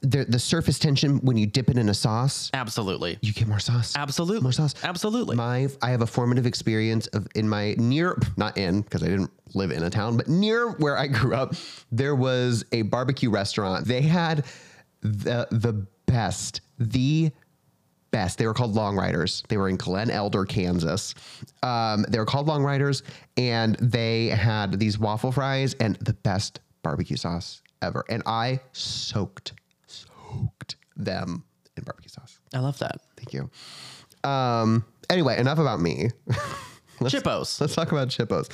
the, the surface tension when you dip it in a sauce, Absolutely, you get more sauce. absolutely, More sauce. absolutely. My I have a formative experience of in my near not in because I didn't live in a town, but near where I grew up, there was a barbecue restaurant. They had the the best, the best. They were called Long Riders. They were in Glen Elder, Kansas. Um, they were called Long Riders, and they had these waffle fries and the best barbecue sauce ever. And I soaked, soaked them in barbecue sauce. I love that. Thank you. Um, anyway, enough about me. let's, Chippos. let's talk about Chippos.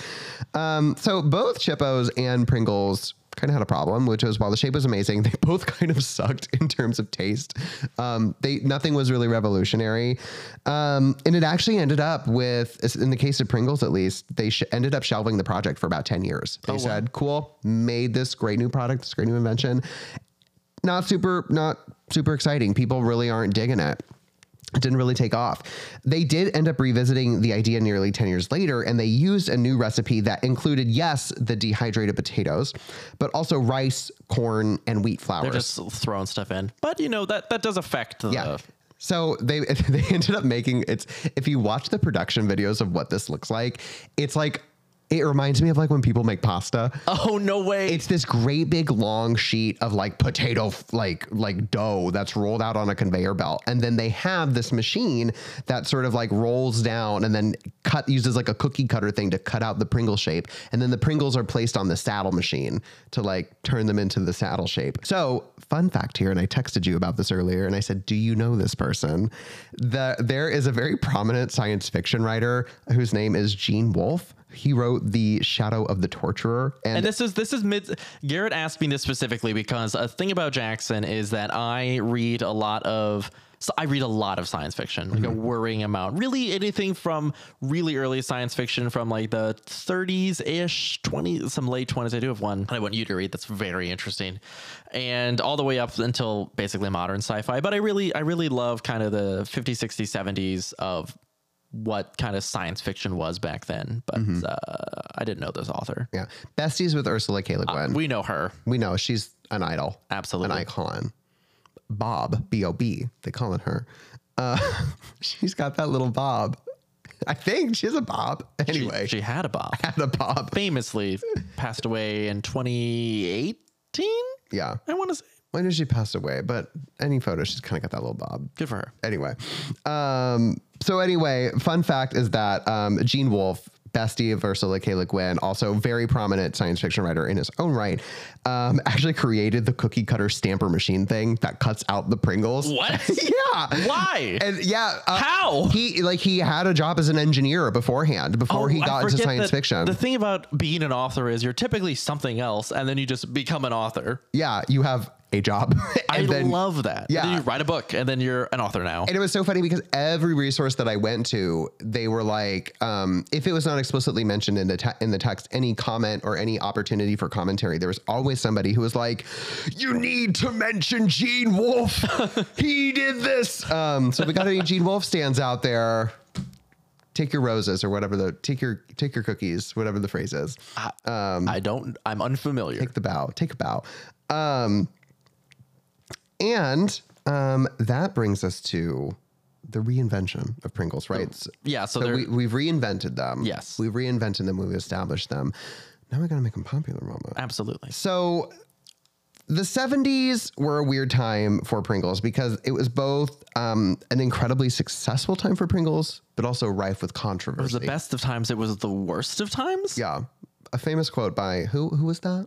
Um, so both Chippos and Pringles kind of had a problem, which was while the shape was amazing, they both kind of sucked in terms of taste. Um, they nothing was really revolutionary, um, and it actually ended up with, in the case of Pringles at least, they sh- ended up shelving the project for about ten years. They said, "Cool, made this great new product, this great new invention." Not super, not super exciting. People really aren't digging it it didn't really take off. They did end up revisiting the idea nearly 10 years later, and they used a new recipe that included, yes, the dehydrated potatoes, but also rice, corn, and wheat flour. They're just throwing stuff in. But you know that that does affect the Yeah. So they they ended up making it's if you watch the production videos of what this looks like, it's like it reminds me of like when people make pasta. Oh no way. It's this great big long sheet of like potato f- like like dough that's rolled out on a conveyor belt and then they have this machine that sort of like rolls down and then cut uses like a cookie cutter thing to cut out the Pringle shape and then the Pringles are placed on the saddle machine to like turn them into the saddle shape. So, fun fact here and I texted you about this earlier and I said, "Do you know this person?" The there is a very prominent science fiction writer whose name is Gene Wolfe. He wrote The Shadow of the Torturer and and this is this is mid Garrett asked me this specifically because a thing about Jackson is that I read a lot of so I read a lot of science fiction, like a worrying amount. Really, anything from really early science fiction from like the 30s ish, 20s, some late 20s. I do have one that I want you to read that's very interesting, and all the way up until basically modern sci-fi. But I really, I really love kind of the 50s, 60s, 70s of what kind of science fiction was back then. But uh, I didn't know this author. Yeah. Besties with Ursula K. Le Guin. Uh, We know her we know she's an idol, an absolutely. icon. Bob, B O B, they calling her. Uh, she's got that little bob. I think she has a bob. She- Anyway, she had a bob. had a bob. famously passed away in 2018. Yeah. I want to say When did she pass away? But any photo, she's kind of got that little bob. good for her. Anyway, um, so anyway, fun fact is that um, Gene Wolfe, bestie of Ursula K. Le Guin, also very prominent science fiction writer in his own right, um, actually created the cookie cutter stamper machine thing that cuts out the Pringles. What? yeah. Why? And yeah, uh, How? he like he had a job as an engineer beforehand before he Oh, I got into forget science that fiction. The thing about being an author is you're typically something else, and then you just become an author. yeah, you have a job. I love that. yeah. Then you write a book, and then you're an author now. And it was so funny because every resource that I went to, they were like, um, if it was not explicitly mentioned in the te- in the text, any comment or any opportunity for commentary, there was always somebody who was like, "You need to mention Gene Wolfe. he did this." Um, so if we got any Gene Wolfe stands out there. Take your roses or whatever the take your take your cookies, whatever the phrase is. I don't. I'm unfamiliar. Take the bow. Take a bow. Um, and um, that brings us to the reinvention of Pringles, right? So, yeah, Oh, so so they're- we, we've reinvented them. Yes. We've reinvented them. We've established them. Now we got to make them popular, Mama. Absolutely. So the 70s were a weird time for Pringles because it was both um, an incredibly successful time for Pringles, but also rife with controversy. It was the best of times. It was the worst of times. Yeah. A famous quote by who who was that?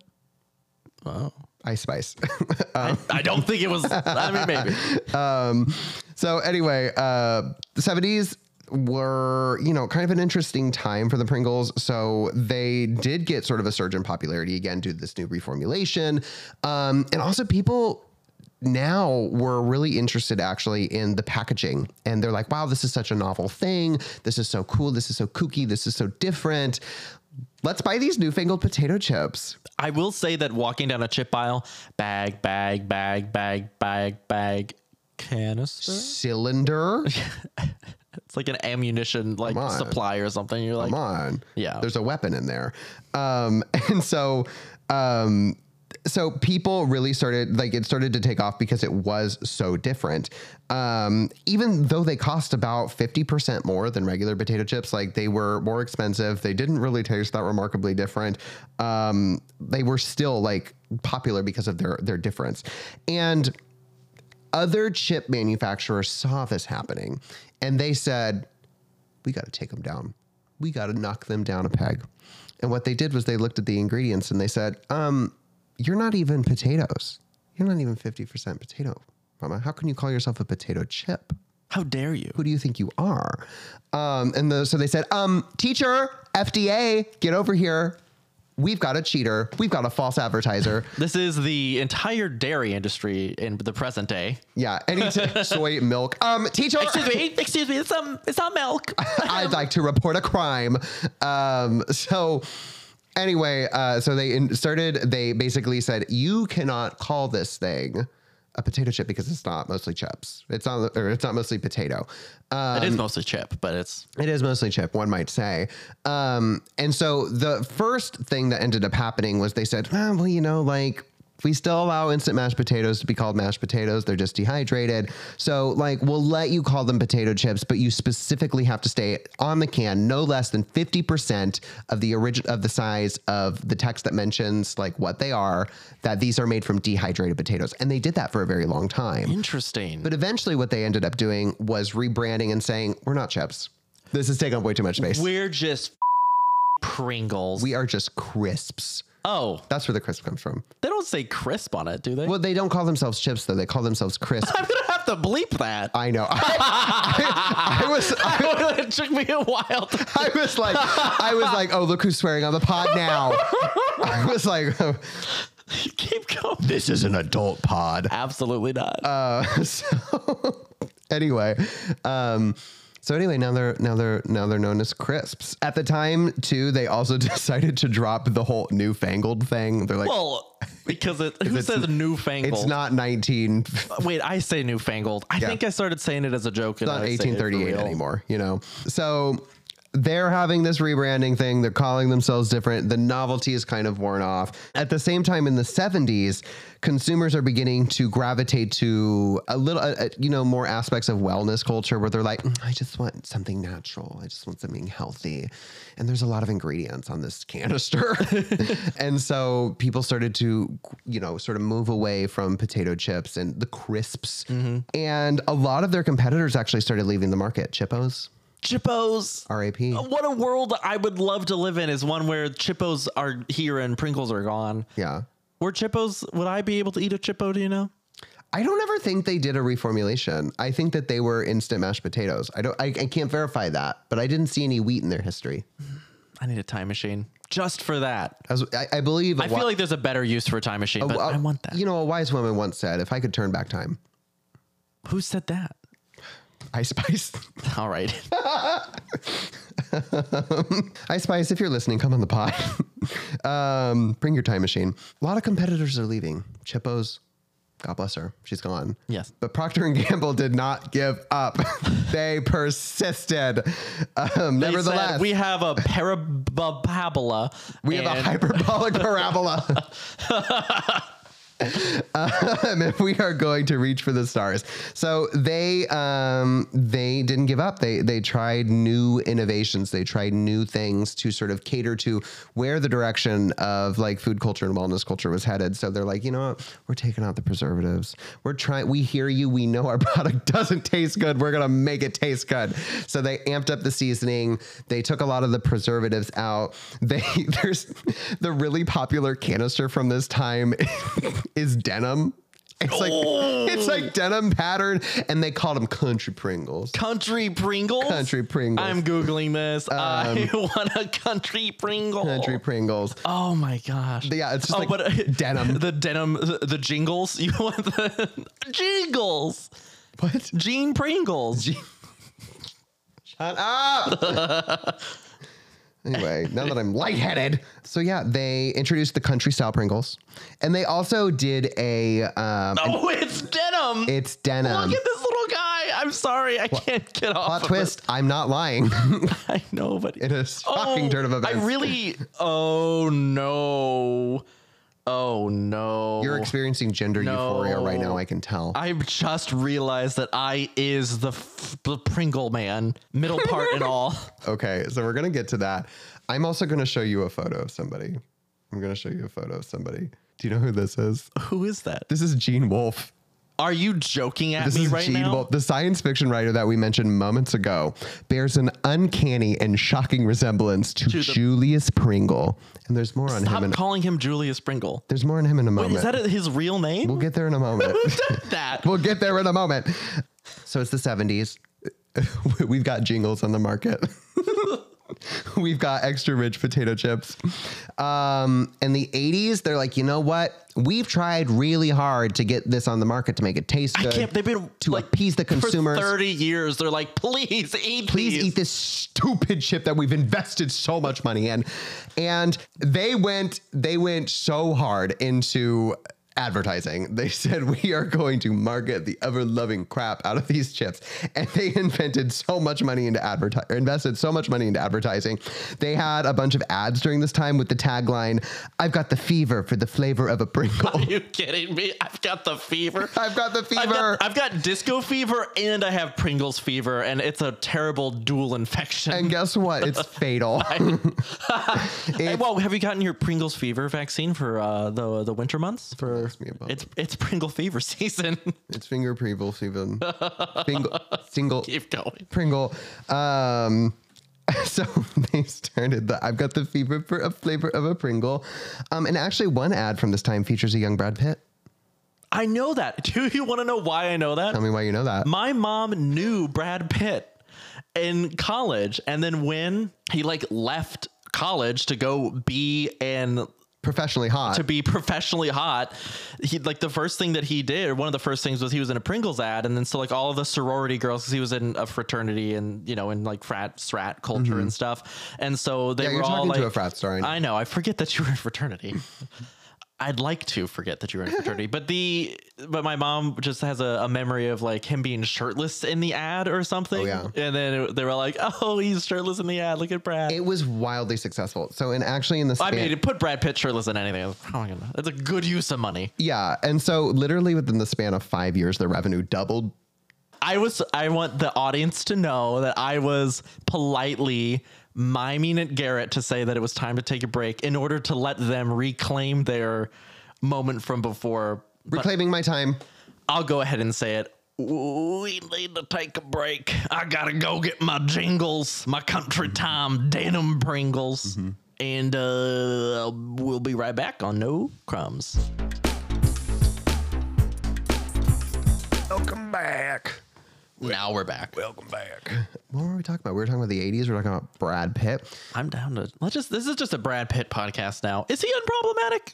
Oh. Ice Spice. Uh, I, I don't think it was. I mean, maybe. So anyway, uh, the seventies were you know kind of an interesting time for the Pringles. So they did get sort of a surge in popularity again due to this new reformulation, um, and also people now were really interested actually in the packaging and they're like wow this is such a novel thing this is so cool this is so kooky this is so different let's buy these newfangled potato chips I will say that walking down a chip aisle, bag, bag, bag, bag, bag, bag, canister. cylinder It's like an ammunition like on. supply or something. You're like, come on. Yeah. There's a weapon in there. Um, and so, um, so people really started like it started to take off because it was so different. Um, even though they cost about 50% more than regular potato chips, like they were more expensive. They didn't really taste that remarkably different. Um, they were still like popular because of their their difference. And other chip manufacturers saw this happening and they said, we got to take them down. We got to knock them down a peg. And what they did was they looked at the ingredients and they said, um, You're not even potatoes. You're not even 50% potato, Mama. How can you call yourself a potato chip? how dare you? Who do you think you are? Um, and the, so they said, um, Teacher, FDA, get over here. We've got a cheater. We've got a false advertiser. This is the entire dairy industry in the present day. Yeah, any t- soy milk. Um, teacher, Excuse me, excuse me. It's um, it's not milk. I'd like to report a crime. Um, so anyway, uh, so they in- started. They basically said you cannot call this thing a potato chip because it's not mostly chips. It's not, or it's not mostly potato. Uh, it is mostly chip, but it's it is mostly chip, one might say. Um, and so the first thing that ended up happening was they said, "Ah, well, you know, like we still allow instant mashed potatoes to be called mashed potatoes. They're just dehydrated. So, like, we'll let you call them potato chips, but you specifically have to stay on the can no less than 50% of the origin of the size of the text that mentions like what they are, that these are made from dehydrated potatoes. And they did that for a very long time. interesting. But eventually, what they ended up doing was rebranding and saying, "We're not chips. This is taking up way too much space. We're, We're just Pringles. just crisps." oh, That's where the crisp comes from. they don't say crisp on it, do they? Well, they don't call themselves chips though; they call themselves crisp. I'm gonna have to bleep that. I know. I, I was. I, it took me a while. To, I was like, I was like, oh, look who's swearing on the pod now. I was like, oh, keep going. this is an adult pod. Absolutely not. Uh, so anyway, um, so anyway, now they're now they're now they're known as crisps. At the time, too, they also decided to drop the whole newfangled thing. They're like, Well, because it who it's- says newfangled? it's not 19, Wait, I say newfangled. I think I started saying it as a joke. not 1838 anymore. You know, so they're having this rebranding thing. They're calling themselves different. The novelty is kind of worn off. At the same time, in the 70s, consumers are beginning to gravitate to a little, uh, uh, you know, more aspects of wellness culture where they're like, "Mm, I just want something natural. I just want something healthy. And there's a lot of ingredients on this canister. and so people started to, you know, sort of move away from potato chips and the crisps. Mm-hmm. And a lot of their competitors actually started leaving the market. Chippos, Chippos. RAP. What a world I would love to live in is one where Chippos are here and Pringles are gone. Yeah. Were Chippos? Would I be able to eat a Chippo? Do you know? I don't ever think they did a reformulation. I think that they were instant mashed potatoes. I don't I, I can't verify that, but I didn't see any wheat in their history. I need a time machine just for that. As, I, I believe a I wi- feel like there's a better use for a time machine, but a- I want that. You know, a wise woman once said, if I could turn back time, Who said that? I spice. All right. I Um, spice, if you're listening, come on the pod. um, bring your time machine. A lot of competitors are leaving. Chippo's, God bless her, she's gone. Yes. But Procter and Gamble did not give up. they persisted. Um, They said, nevertheless, we have a parabola. We have a hyperbolic parabola. um, and we are going to reach for the stars. So they um, they didn't give up. They they tried new innovations. They tried new things to sort of cater to where the direction of like food culture and wellness culture was headed. So they're like, you know what? We're taking out the preservatives. We're trying. We hear you. We know our product doesn't taste good. We're gonna make it taste good. So they amped up the seasoning. They took a lot of the preservatives out. They there's the really popular canister from this time is denim. It's like it's like denim pattern, and they called them country Pringles. country Pringles. Country Pringles. I'm googling this. I want a country Pringle. Um, country Pringles. Oh my gosh. Yeah, it's just oh, like but uh, denim. The denim, the, the jingles. You want the jingles? What? Jean Pringles. Shut up. anyway, now that I'm lightheaded. So yeah, they introduced the country style Pringles, and they also did a. Um, oh, it's denim. it's denim. Look at this little guy. I'm sorry, I can't get off. Plot of twist. I'm not lying. It. I know, but oh, it is shocking turn of events. I really. Oh no. Oh no. You're experiencing gender euphoria right now. No. I can tell. I just realized that I is the, f- the Pringle man, middle part and all. Okay, so we're gonna get to that. I'm also gonna show you a photo of somebody. I'm gonna show you a photo of somebody. Do you know who this is? Who is that? This is Gene Wolfe. Are you joking at This me is right Gene now? Wolfe, the science fiction writer that we mentioned moments ago. Bears an uncanny and shocking resemblance to, the- Julius Pringle. And there's more on Stop him. In, calling him Julius Pringle. there's more on him in a moment. Is that his real name? we'll get there in a moment. Who said that? we'll get there in a moment. So it's the 70s. We've got jingles on the market. We've got extra rich potato chips. Um, in the 80s, they're like, you know what? We've tried really hard to get this on the market to make it taste good. I can't. They've been to like appease the consumers. for thirty years. They're like, please eat. Please these." eat this stupid chip that we've invested so much money in. And they went they went so hard into advertising. They said we are going to market the ever loving crap out of these chips. And they invented so much money into advertising invested so much money into advertising. They had a bunch of ads during this time with the tagline, I've got the fever for the flavor of a Pringle. Are you kidding me? I've got the fever. I've got the I've fever. got, I've got disco fever and I have Pringles fever, and it's a terrible dual infection. and guess what? It's fatal. Hey, well, have you gotten your Pringles fever vaccine for uh, the the winter months? For Ask me about it's it's Pringle fever season. It's finger Pringles even. Fingle, single Keep going. Pringle. Um, so they started the I've got the fever for a flavor of a Pringle. Um, and actually one ad from this time features a young Brad Pitt. I know that. Do you want to know why I know that? Tell me why you know that. My mom knew Brad Pitt in college, and then when he like left college to go be an professionally hot. to be professionally hot. He like the first thing that he did, or one of the first things was he was in a Pringles ad, and then so like all of the sorority girls, because he was in a fraternity and you know in like frat strat culture and stuff, and so they Mm-hmm. yeah, were you're all talking like, to a frat star. I know. I know. I forget that you were in fraternity. I'd like to forget that you were in fraternity, but the but my mom just has a, a memory of like him being shirtless in the ad or something. Oh, yeah. And then it- they were like, "Oh, he's shirtless in the ad. Look at Brad." It was wildly successful. So, and actually, in the I span, mean, put Brad Pitt shirtless in anything. That's probably gonna- That's a good use of money. yeah, and so literally within the span of five years, the revenue doubled. I was I want the audience to know that I was politely miming at Garrett to say that it was time to take a break in order to let them reclaim their moment from before. But Reclaiming my time. I'll go ahead and say it. We need to take a break. I gotta go get my jingles, my country time denim Pringles, and uh, we'll be right back on No Crumbs. Welcome back. Now we're back. Welcome back. What were we talking about? We were talking about the '80s. We are talking about Brad Pitt. I'm down to let's just. This is just a Brad Pitt podcast now. Is he unproblematic?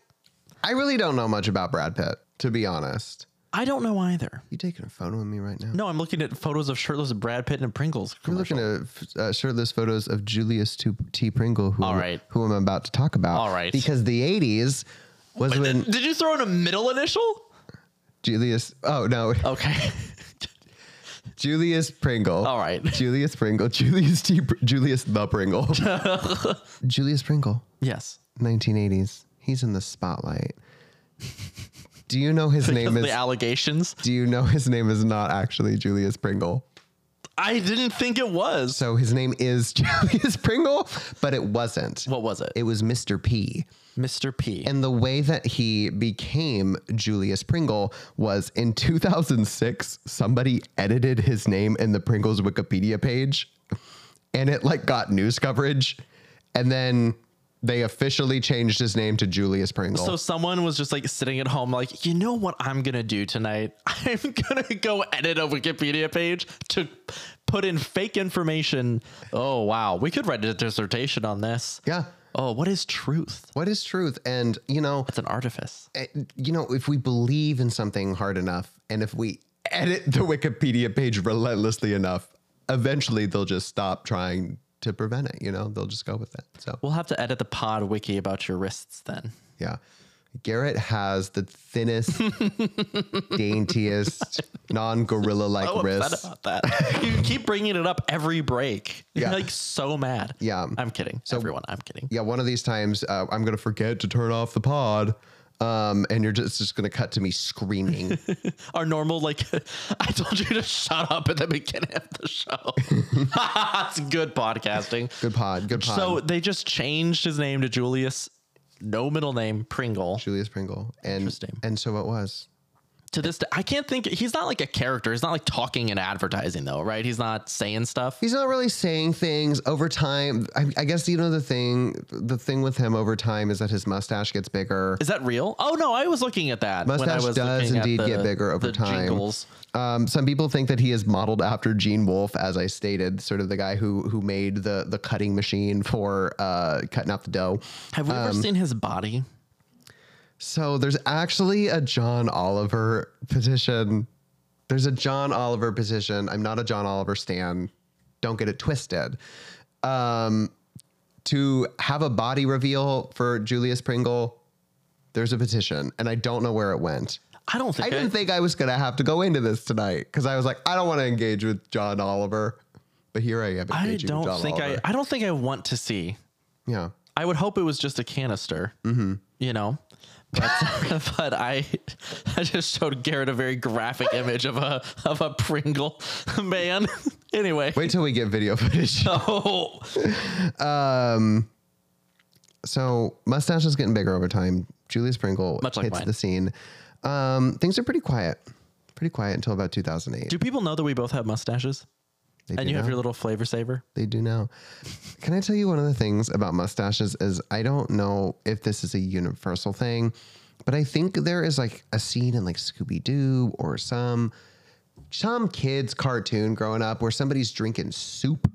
I really don't know much about Brad Pitt, to be honest. I don't know either. You taking a photo of me right now? No, I'm looking at photos of shirtless Brad Pitt and Pringles. I'm looking at uh, shirtless photos of Julius Tu- T. Pringle, who, All right. who I'm about to talk about. All right. Because the 80s was when Did you throw in a middle initial? Julius, oh no, Okay. Julius Pringle. All right. Julius Pringle, Julius T. Pr- Julius the Pringle. Julius Pringle, yes. 1980s. He's in the spotlight. Do you know his name is? the allegations. do you know his name is not actually Julius Pringle? I didn't think it was. So his name is Julius Pringle, but it wasn't. What was it? It was Mr. P. Mr. P. And the way that he became Julius Pringle was in 2006, somebody edited his name in the Pringles Wikipedia page and it like got news coverage. And then they officially changed his name to Julius Pringle. so someone was just like sitting at home, like, you know what I'm gonna do tonight? I'm gonna go edit a Wikipedia page to put in fake information. Oh wow, we could write a dissertation on this. yeah. Oh, what is truth? What is truth? And, you know, It's an artifice. eh, you know, if we believe in something hard enough and if we edit the Wikipedia page relentlessly enough, eventually they'll just stop trying to prevent it, you know? They'll just go with it. So We'll have to edit the pod wiki about your wrists then. Yeah. Garrett has the thinnest, daintiest, non gorilla like Oh, I'm upset wrists. about that. you keep bringing it up every break. You're Yeah. like so mad. Yeah. I'm kidding. Everyone, I'm kidding. Yeah, one of these times uh, I'm going to forget to turn off the pod. Um, and you're just, just going to cut to me screaming. Our normal, like, I told you to shut up at the beginning of the show. That's good podcasting. good pod, good pod. So they just changed his name to Julius, no middle name, Pringle. Julius Pringle. And, Interesting. And so it was. To this day, I can't think, he's not like a character. He's not like talking and advertising, though, right? He's not saying stuff. He's not really saying things over time. I, I guess, you know, the thing, the thing with him over time is that his mustache gets bigger. Is that real? Oh no, I was looking at that. when I Mustache was does looking at indeed the- get bigger over the time. Jingles. Um, some people think that he is modeled after Gene Wolfe, as I stated, sort of the guy who who made the the cutting machine for uh, cutting out the dough. Have we ever Um, seen his body? So there's actually a John Oliver petition. There's a John Oliver petition. I'm not a John Oliver stan. Don't get it twisted. Um, to have a body reveal for Julius Pringle, there's a petition, and I don't know where it went. I don't think. I I didn't think I was going to have to go into this tonight because I was like, I don't want to engage with John Oliver. But here I am I engaging with don't John think I. Oliver. I don't think I want to see. yeah. I would hope it was just a canister. Mm-hmm. You know. But, but I, I just showed Garrett a very graphic image of a of a Pringle man. anyway, Wait till we get video footage. oh, So mustache is getting bigger over time. Julius Pringle Much like hits mine. the scene. Um, things are pretty quiet, pretty quiet until about 2008. do people know that we both have mustaches? they, And do you now. have your little flavor saver. they do now. Can I tell you one of the things about mustaches is I don't know if this is a universal thing, but I think there is like a scene in like Scooby Doo or some some kids cartoon growing up where somebody's drinking soup.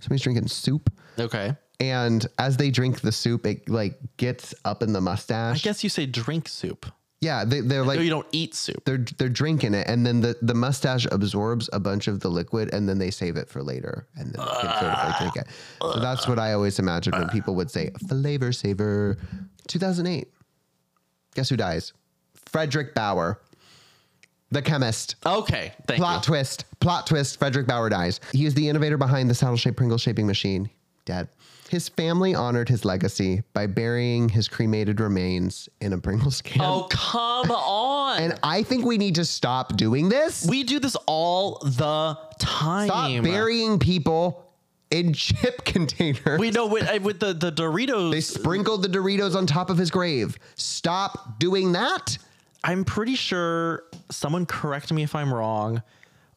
Somebody's drinking soup Okay. And as they drink the soup, it like gets up in the I mustache. guess you say drink soup. yeah, they, they're No, like you don't eat soup. they're they're drinking it, and then the, the mustache absorbs a bunch of the liquid, and then they save it for later, and then they can sort of like drink it. So that's what I always imagined when people would say flavor saver, 2008. Guess who dies? Frederick Bauer, the chemist. Okay, thank Plot twist. Plot twist. Frederick Bauer dies. He is the innovator behind the saddle shaped Pringle shaping machine. Dead. His family honored his legacy by burying his cremated remains in a Pringles can. you. Oh, come on. And I think we need to stop doing this. we do this all the time. stop burying people in chip containers. we know with, uh, with the, the Doritos. they sprinkled the Doritos on top of his grave. Stop doing that. I'm pretty sure someone correct me if I'm wrong.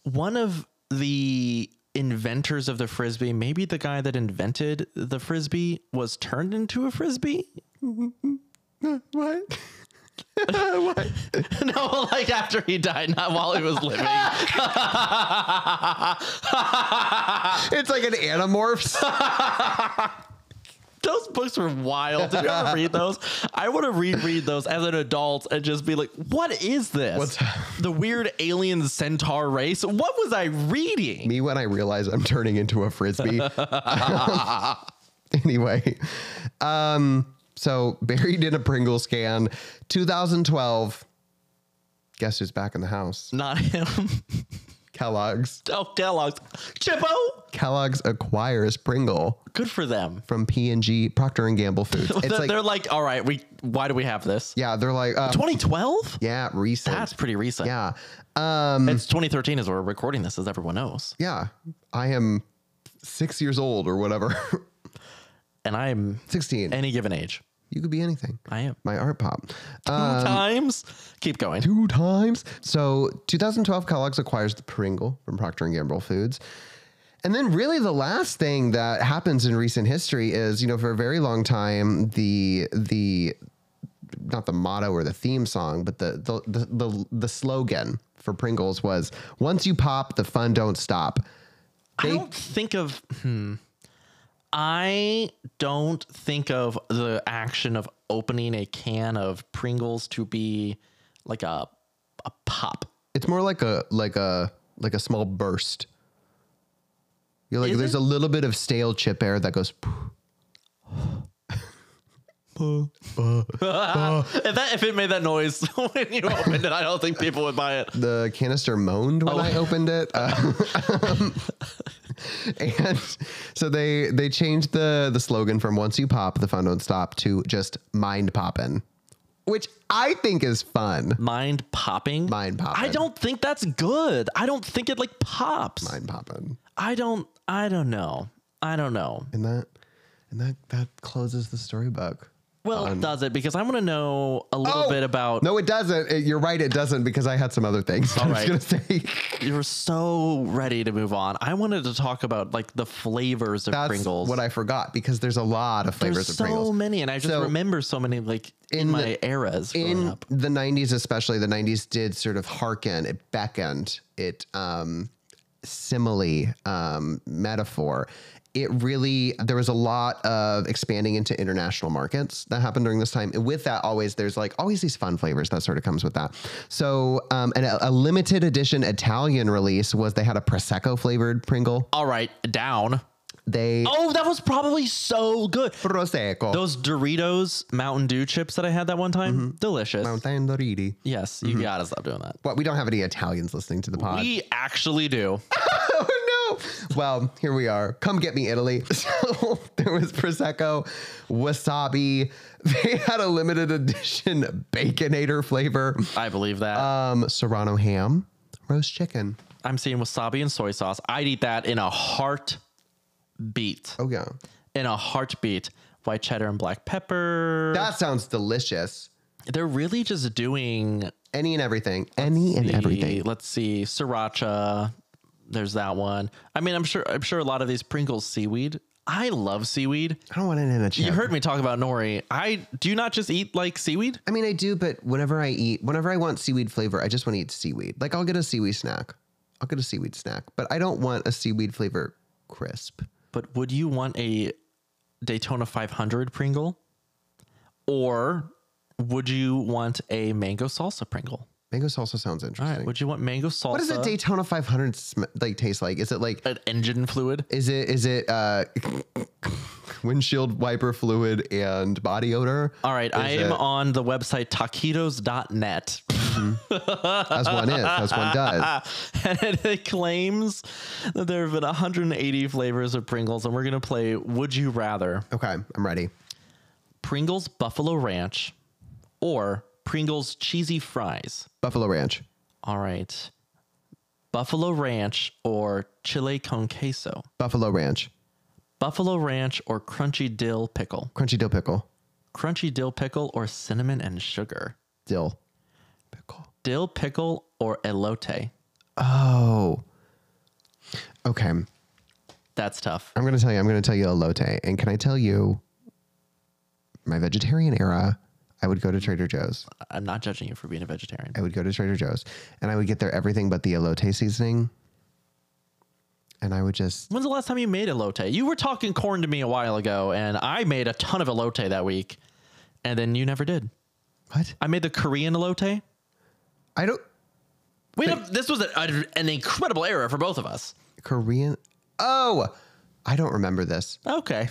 One of the inventors of the frisbee, maybe the guy that invented the frisbee, was turned into a frisbee. What? no, like after he died, not while he was living. It's like an Animorphs. Those books were wild. Did you ever read those? I want to reread those as an adult and just be like, what is this? What's- the weird alien centaur race? What was I reading? me when I realize I'm turning into a frisbee. anyway, um, so buried in a Pringles can, 2012. Guess who's back in the house? Not him. Kellogg's. oh, Kellogg's. Chippo? Kellogg's acquires Pringle Good for them. from P and G Procter and Gamble Foods. It's They're like they're like, all right, we why do we have this? yeah, they're like uh, 2012? yeah, recent. That's pretty recent. yeah, um, It's 2013 as we're recording this, as everyone knows. yeah. I am six years old or whatever, And I'm sixteen. any given age. you could be anything. I am. My art pop. Uh, Um, Times? Keep going. two times. So 2012, Kellogg's acquires the Pringle from Procter and Gamble Foods. And then, really, the last thing that happens in recent history is, you know, for a very long time, the the not the motto or the theme song, but the the the the, the slogan for Pringles was "Once you pop, the fun don't stop." I don't think of hmm. I don't think of the action of opening a can of Pringles to be like a a pop. It's more like a like a like a small burst. You're like, Is there's it? a little bit of stale chip air that goes. Uh. If that if it made that noise when you opened it, I don't think people would buy it. the canister moaned when Oh. I opened it. Uh, um, and so they they changed the the slogan from "Once you pop, the fun don't stop" to just "Mind poppin'," which I think is fun. Mind popping. Mind poppin'. I don't think that's good. I don't think it like pops. Mind poppin', I don't I don't know. I don't know. and that and that that closes the storybook. Well, does it? Because I want to know a little Oh! bit about No, it doesn't. It- you're right, it doesn't because I had some other things I was right. gonna say. you were so ready to move on. I wanted to talk about like the flavors of That's Pringles. what I forgot because there's a lot of flavors There's of so Pringles. many, and I just So, remember so many like in, in my the- eras. growing in up. the 90s especially the 90s did sort of hearken it beckoned it um simile um metaphor it really there was a lot of expanding into international markets that happened during this time and with that always there's like always these fun flavors that sort of comes with that so um and a, a limited edition italian release was they had a prosecco flavored pringle All right, down. they Oh, that was probably so good. prosecco Those Doritos Mountain Dew chips that I had that one time, Mm-hmm. delicious. Tandoori. yes, Mm-hmm. you gotta stop doing that. What we don't have any Italians listening to the pod. We actually do. Oh no! Well, here we are. Come get me, Italy. So there was prosecco, wasabi. They had a limited edition baconator flavor, I believe that. um, serrano ham, roast chicken. Uh, I'm seeing wasabi and soy sauce. I'd eat that in a heartbeat. Oh yeah, In a heartbeat. White cheddar and black pepper. that sounds delicious. They're really just doing Any and everything. Any and the- everything. Let's see, sriracha. There's that one. I mean, I'm sure. I'm sure a lot of these Pringles seaweed. I love seaweed. I don't want it in a chip. You heard me talk about nori. I do you not just eat like seaweed. I mean, I do, but whenever I eat, whenever I want seaweed flavor, I just want to eat seaweed. Like I'll get a seaweed snack. I'll get a seaweed snack, but I don't want a seaweed flavor crisp. But would you want a Daytona 500 Pringle, or would you want a mango salsa Pringle? Mango salsa sounds interesting. All right, would you want mango salsa? what does a Daytona 500 sm- like taste like? Is it like An engine fluid. is it is it uh windshield wiper fluid and body odor All right, I am it- on the website taquitos.net. as one is as one does. and it, it claims that there have been 180 flavors of Pringles, and we're going to play Would You Rather Okay, I'm ready. Pringles Buffalo Ranch or Pringles Cheesy Fries? Buffalo Ranch. All right. Buffalo Ranch or Chile con queso? Buffalo Ranch. Buffalo Ranch or Crunchy Dill Pickle? Crunchy dill pickle. Crunchy Dill Pickle or Cinnamon and Sugar? Dill. Pickle. Dill Pickle or Elote? Oh. Okay. I'm That's tough. gonna tell you. I'm gonna tell you a lotte. And can I tell you? My vegetarian era, I would go to Trader Joe's. I'm not judging you for being a vegetarian. I would go to Trader Joe's, and I would get their everything but the elote seasoning. And I would just When's the last time you made elote? You were talking corn to me a while ago, and I made a ton of elote that week, and then you never did. what? I made the Korean elote. I don't Wait, this was a, a- an incredible error for both of us. Korean. Oh, I don't remember this. Okay.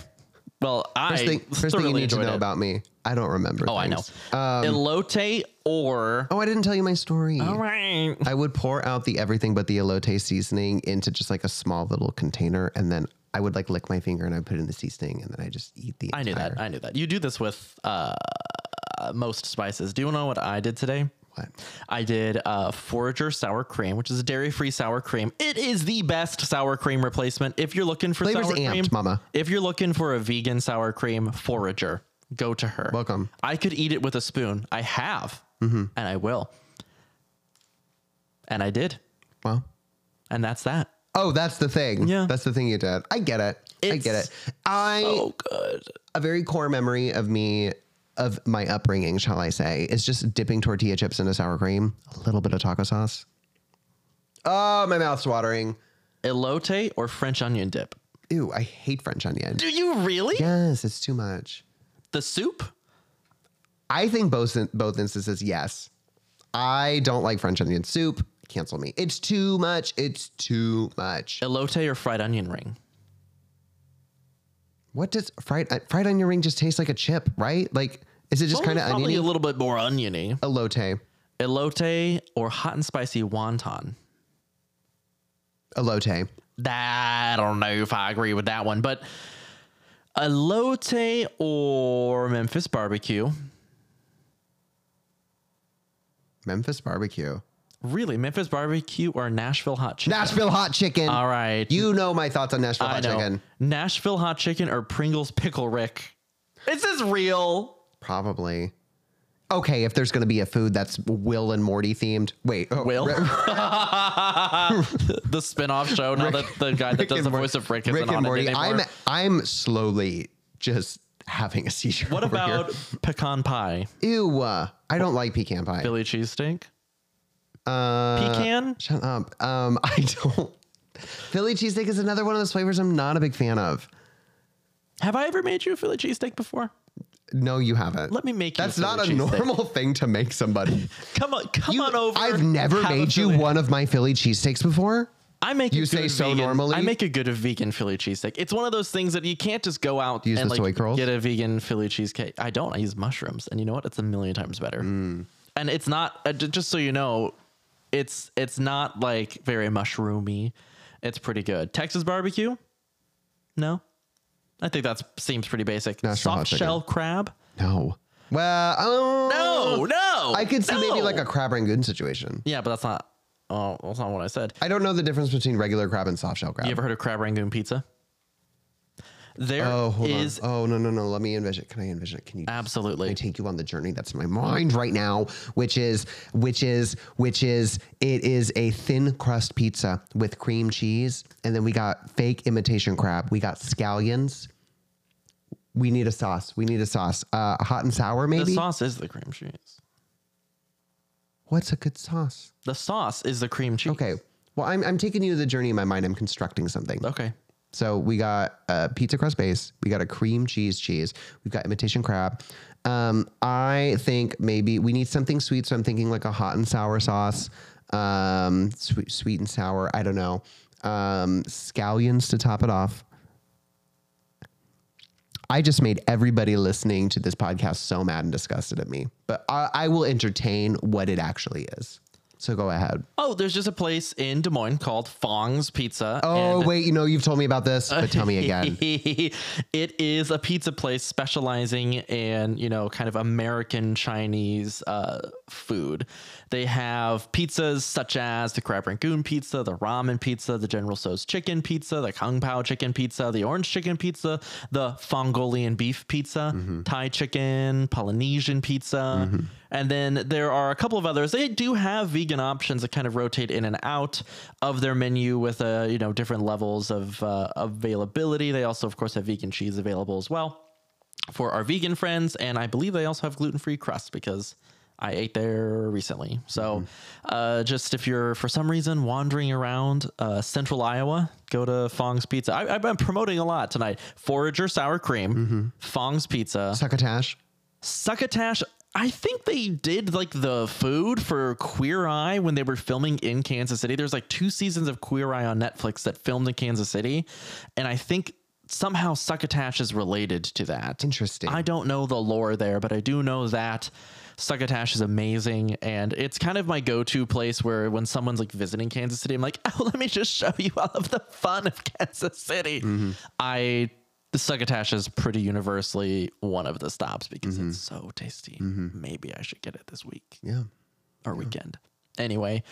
Well, I First thing, first thing thoroughly you need to enjoyed know it. about me, I don't remember. Oh, I know. things. elote or Um, Oh, I didn't tell you my story. all right. I would pour out the everything but the elote seasoning into just like a small little container, and then I would like lick my finger and I would put in the seasoning, and then I just eat the. I knew entire- that. I knew that. You do this with uh, most spices. Do you know what I did today? What? I did uh, Forager sour cream, which is a dairy-free sour cream. It is the best sour cream replacement. If you're looking for Flavors sour amped, cream, mama. If you're looking for a vegan sour cream, Forager, go to her. Welcome. Mm-hmm. I could eat it with a spoon. I have, and I will, and I did, Well. and that's that. Oh, that's the thing. Yeah. That's the thing you did. I get it. I get It's it. I Oh, good. a very core memory of me of my upbringing, shall I say, is just dipping tortilla chips into sour cream, a little bit of taco sauce. Oh, my mouth's watering. Elote or French onion dip? Ew, I hate French onion. Do you really? Yes, it's too much. The soup? I think both both instances, yes. I don't like French onion soup. Cancel me. It's too much. It's too much. Elote or fried onion ring? What does fried uh, fried onion ring just taste like a chip, right? Like, is it just kind of Probably oniony? a little bit more oniony. Elote. Elote or hot and spicy wonton? Elote. That, I don't know if I agree with that one, but elote or Memphis barbecue? Memphis barbecue. Really, Memphis barbecue or Nashville hot chicken? Nashville hot chicken. All right, You know my thoughts on Nashville I hot know. chicken. Nashville hot chicken or Pringles pickle Rick? Is this real? Probably. Okay, if there's going to be a food that's Will and Morty themed. Wait. oh, Will Rick- the spin-off show now that the guy that Rick does and the Morty- voice of Rick isn't Rick on and Morty. it I'm anymore. I'm slowly just having a seizure. what over here. about pecan pie, Ew. uh, I don't like pecan pie. Philly cheesesteak? Uh, Pecan? shut up. Um, I don't. Philly cheesesteak is another one of those flavors I'm not a big fan of. Have I ever made you a Philly cheesesteak before? No, you haven't. Let me make you. That's a not a Philly cheesesteak. normal thing to make somebody. Come on, come You- on over. I've never have a made you Philly- one of my Philly cheesesteaks before. I make You a say good so vegan- normally? I make a good vegan Philly cheesesteak. It's one of those things that you can't just go out you use and the like soy curls? get a vegan Philly cheesecake. I don't. I use mushrooms, and you know what? It's a million times better. Mm. And it's not uh, j- just so you know, it's it's not like very mushroomy. It's pretty good. Texas barbecue? No, I think that seems pretty basic. Nashville hot Soft shell crab? No. Well, oh, No, no. I could see maybe Oh, no. like a crab rangoon situation. yeah, but that's not. Oh, that's not what I said. I don't know the difference between regular crab and soft shell crab. You ever heard of crab rangoon pizza? There is oh, hold on. Oh, no, no, no. Let me envision. it. Can I envision? it? Can you? absolutely. I take you on the journey that's in my mind right now, which is, which is, which is, it is a thin crust pizza with cream cheese, and then we got fake imitation crab. We got scallions. We need a sauce. We need a sauce. Uh, hot and sour, The maybe. sauce is the cream cheese. What's a good sauce? The sauce is the cream cheese. Okay. Well, I'm, I'm taking you to the journey in my mind. I'm constructing something. Okay. So we got a pizza crust base. We got a cream cheese cheese. We've got imitation crab. Um, I think maybe we need something sweet. So I'm thinking like a hot and sour sauce, um, sweet, sweet and sour. I don't know. Um, scallions to top it off. I just made everybody listening to this podcast so mad and disgusted at me. But I, I will entertain what it actually is. So go ahead. Oh, there's just a place in Des Moines called Fong's Pizza. Oh and- wait, you know you've told me about this, but tell me again. it is a pizza place specializing in, you know, kind of American Chinese uh, food. They have pizzas such as the Crab Rangoon pizza, the ramen pizza, the General So's chicken pizza, the Kung Pao chicken pizza, the orange chicken pizza, the Mongolian beef pizza, Thai chicken, Polynesian pizza. And then there are a couple of others. They do have vegan options that kind of rotate in and out of their menu with uh, you know different levels of uh, availability. They also, of course, have vegan cheese available as well for our vegan friends, and I believe they also have gluten free crust because I ate there recently. So, uh, just if you're for some reason wandering around uh, central Iowa, go to Fong's Pizza. I, I've been promoting a lot tonight. Forager sour cream, Fong's Pizza, Succotash. Succotash. I think they did like the food for Queer Eye when they were filming in Kansas City. There's like two seasons of Queer Eye on Netflix that filmed in Kansas City, and I think somehow Succotash is related to that. Interesting. I don't know the lore there, but I do know that Succotash is amazing, and it's kind of my go-to place where when someone's like visiting Kansas City, I'm like, oh, let me just show you all of the fun of Kansas City. Mm-hmm. I the Succotash is pretty universally one of the stops because it's so tasty. Maybe I should get it this week Mm-hmm. yeah. or weekend. Anyway,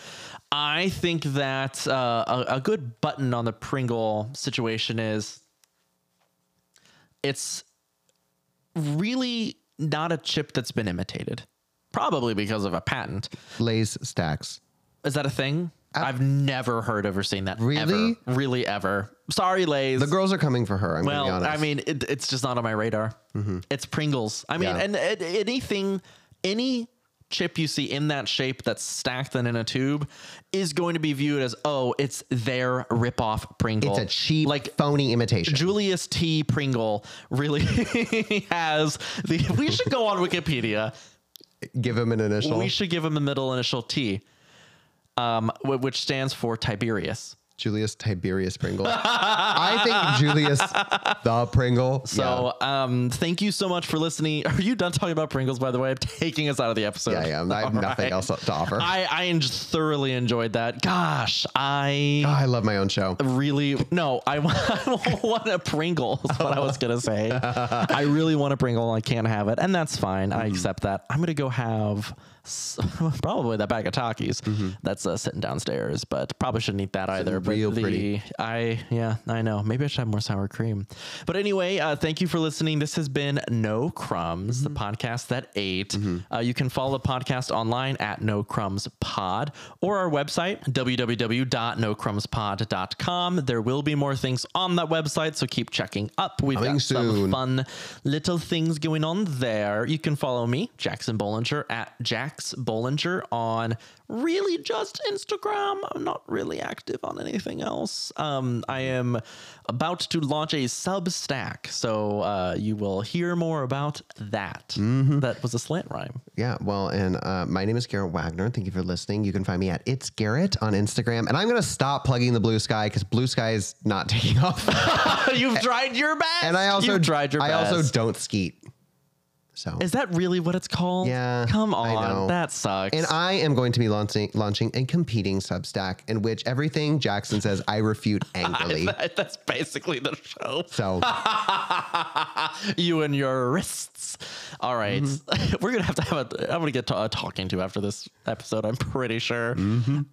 I think that uh, a, a good button on the Pringle situation is it's really not a chip that's been imitated, probably because of a patent. Lay's stacks. Is that a thing? I've never heard of or seen that. Really? Ever. Really, ever. Sorry, Lays. The girls are coming for her. I'm Well, gonna be honest. Mm-hmm. I mean, it, it's just not on my radar. It's Pringles. I mean, Yeah. and, and anything, any chip you see in that shape that's stacked and in a tube is going to be viewed as, oh, it's their ripoff Pringle. it's a cheap, like. like phony imitation. Julius T. Pringle really has the. We should go on Wikipedia. Give him an initial. We should give him a middle initial T, um, wh- which stands for Tiberius. Julius Tiberius Pringle. I think Julius the Pringle. So, um, thank you so much for listening. Are you done talking about Pringles? By the way, I'm taking us out of the episode. yeah, yeah, yeah. I have All nothing right. else to offer. I, I I en- thoroughly enjoyed that. Gosh, I Oh, I love my own show. really no. I, wa- I want a Pringle. Is what I was gonna say. I really want a Pringle. I can't have it, and that's fine. Mm-hmm. I accept that. I'm gonna go have s- probably that bag of Takis. Mm-hmm. That's uh, sitting downstairs, but probably shouldn't eat that either. But real the- pretty. I yeah, I know. Maybe I should have more sour cream. But anyway, uh, thank you for listening. This has been No Crumbs, Mm-hmm. the podcast that ate. Uh, you can follow the podcast online at No Crumbs Pod or our website www.nocrumbspod.com. There will be more things on that website, so keep checking up. We've Coming got some soon. fun little things going on there. You can follow me, Jackson Bollinger, at Jax Bollinger on really just Instagram. I'm not really active on anything else. Um, I am about to launch a Substack, so uh, you will hear more about that. That was a slant rhyme. Yeah. Well, and uh, my name is Garrett Wagner. Thank you for listening. You can find me at It's Garrett on Instagram. And I'm going to stop plugging the blue sky because blue sky is not taking off. You've tried your best. and I also You've tried your I best. also don't skeet. So Is that really what it's called? Yeah, Come I on. know. That sucks. And I am going to be launching launching a competing Substack in which everything Jackson says I refute angrily. That's basically the show. so you and your wrists. All right. We're going to have to have a, I'm going to get to a talking to after this episode, I'm pretty sure.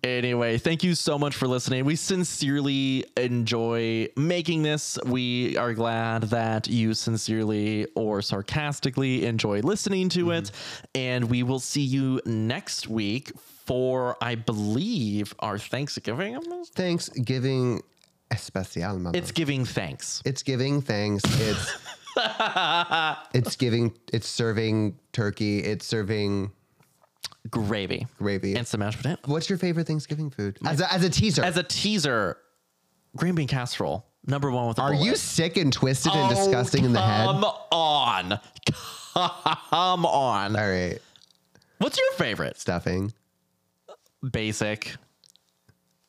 Anyway, thank you so much for listening. We sincerely enjoy making this. We are glad that you sincerely or sarcastically enjoy listening to it. And we will see you next week for, I believe, our Thanksgiving. Thanksgiving especial, mama. It's giving thanks. It's giving thanks. It's it's giving. It's serving turkey. It's serving Gravy. gravy. And some mashed potatoes. What's your favorite Thanksgiving food? As a, as a teaser, as a teaser, green bean casserole, Number one with a Are you bullet. sick and twisted Oh, and disgusting in the head? Come All on. Come on. right, What's your favorite? stuffing. Basic.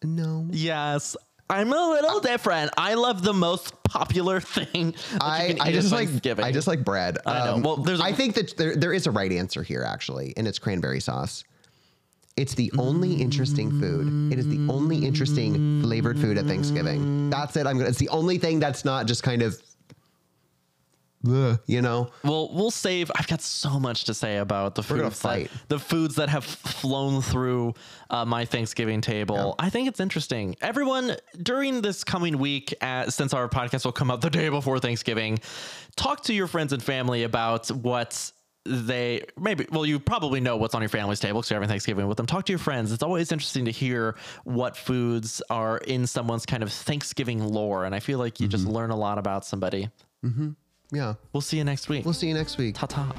No, Yes. I'm a little different. I love the most popular thing. that you I, can I eat just at like Thanksgiving. I just like bread. Um, I know. Well, there's a- I think that there, there is a right answer here actually, and it's cranberry sauce. It's the only interesting food. It is the only interesting flavored food at Thanksgiving. That's it. I'm. gonna It's the only thing that's not just kind of, Ugh, you know. Well, we'll save. I've got so much to say about the gonna foods that, fight. the foods that have flown through uh, my Thanksgiving table. I think it's interesting. Everyone during this coming week, uh, since our podcast will come out the day before Thanksgiving, talk to your friends and family about what they maybe well you probably know what's on your family's table because you're having thanksgiving with them talk to your friends it's always interesting to hear what foods are in someone's kind of thanksgiving lore and i feel Mm-hmm. like you just learn a lot about somebody Yeah. we'll see you next week We'll see you next week. ta-ta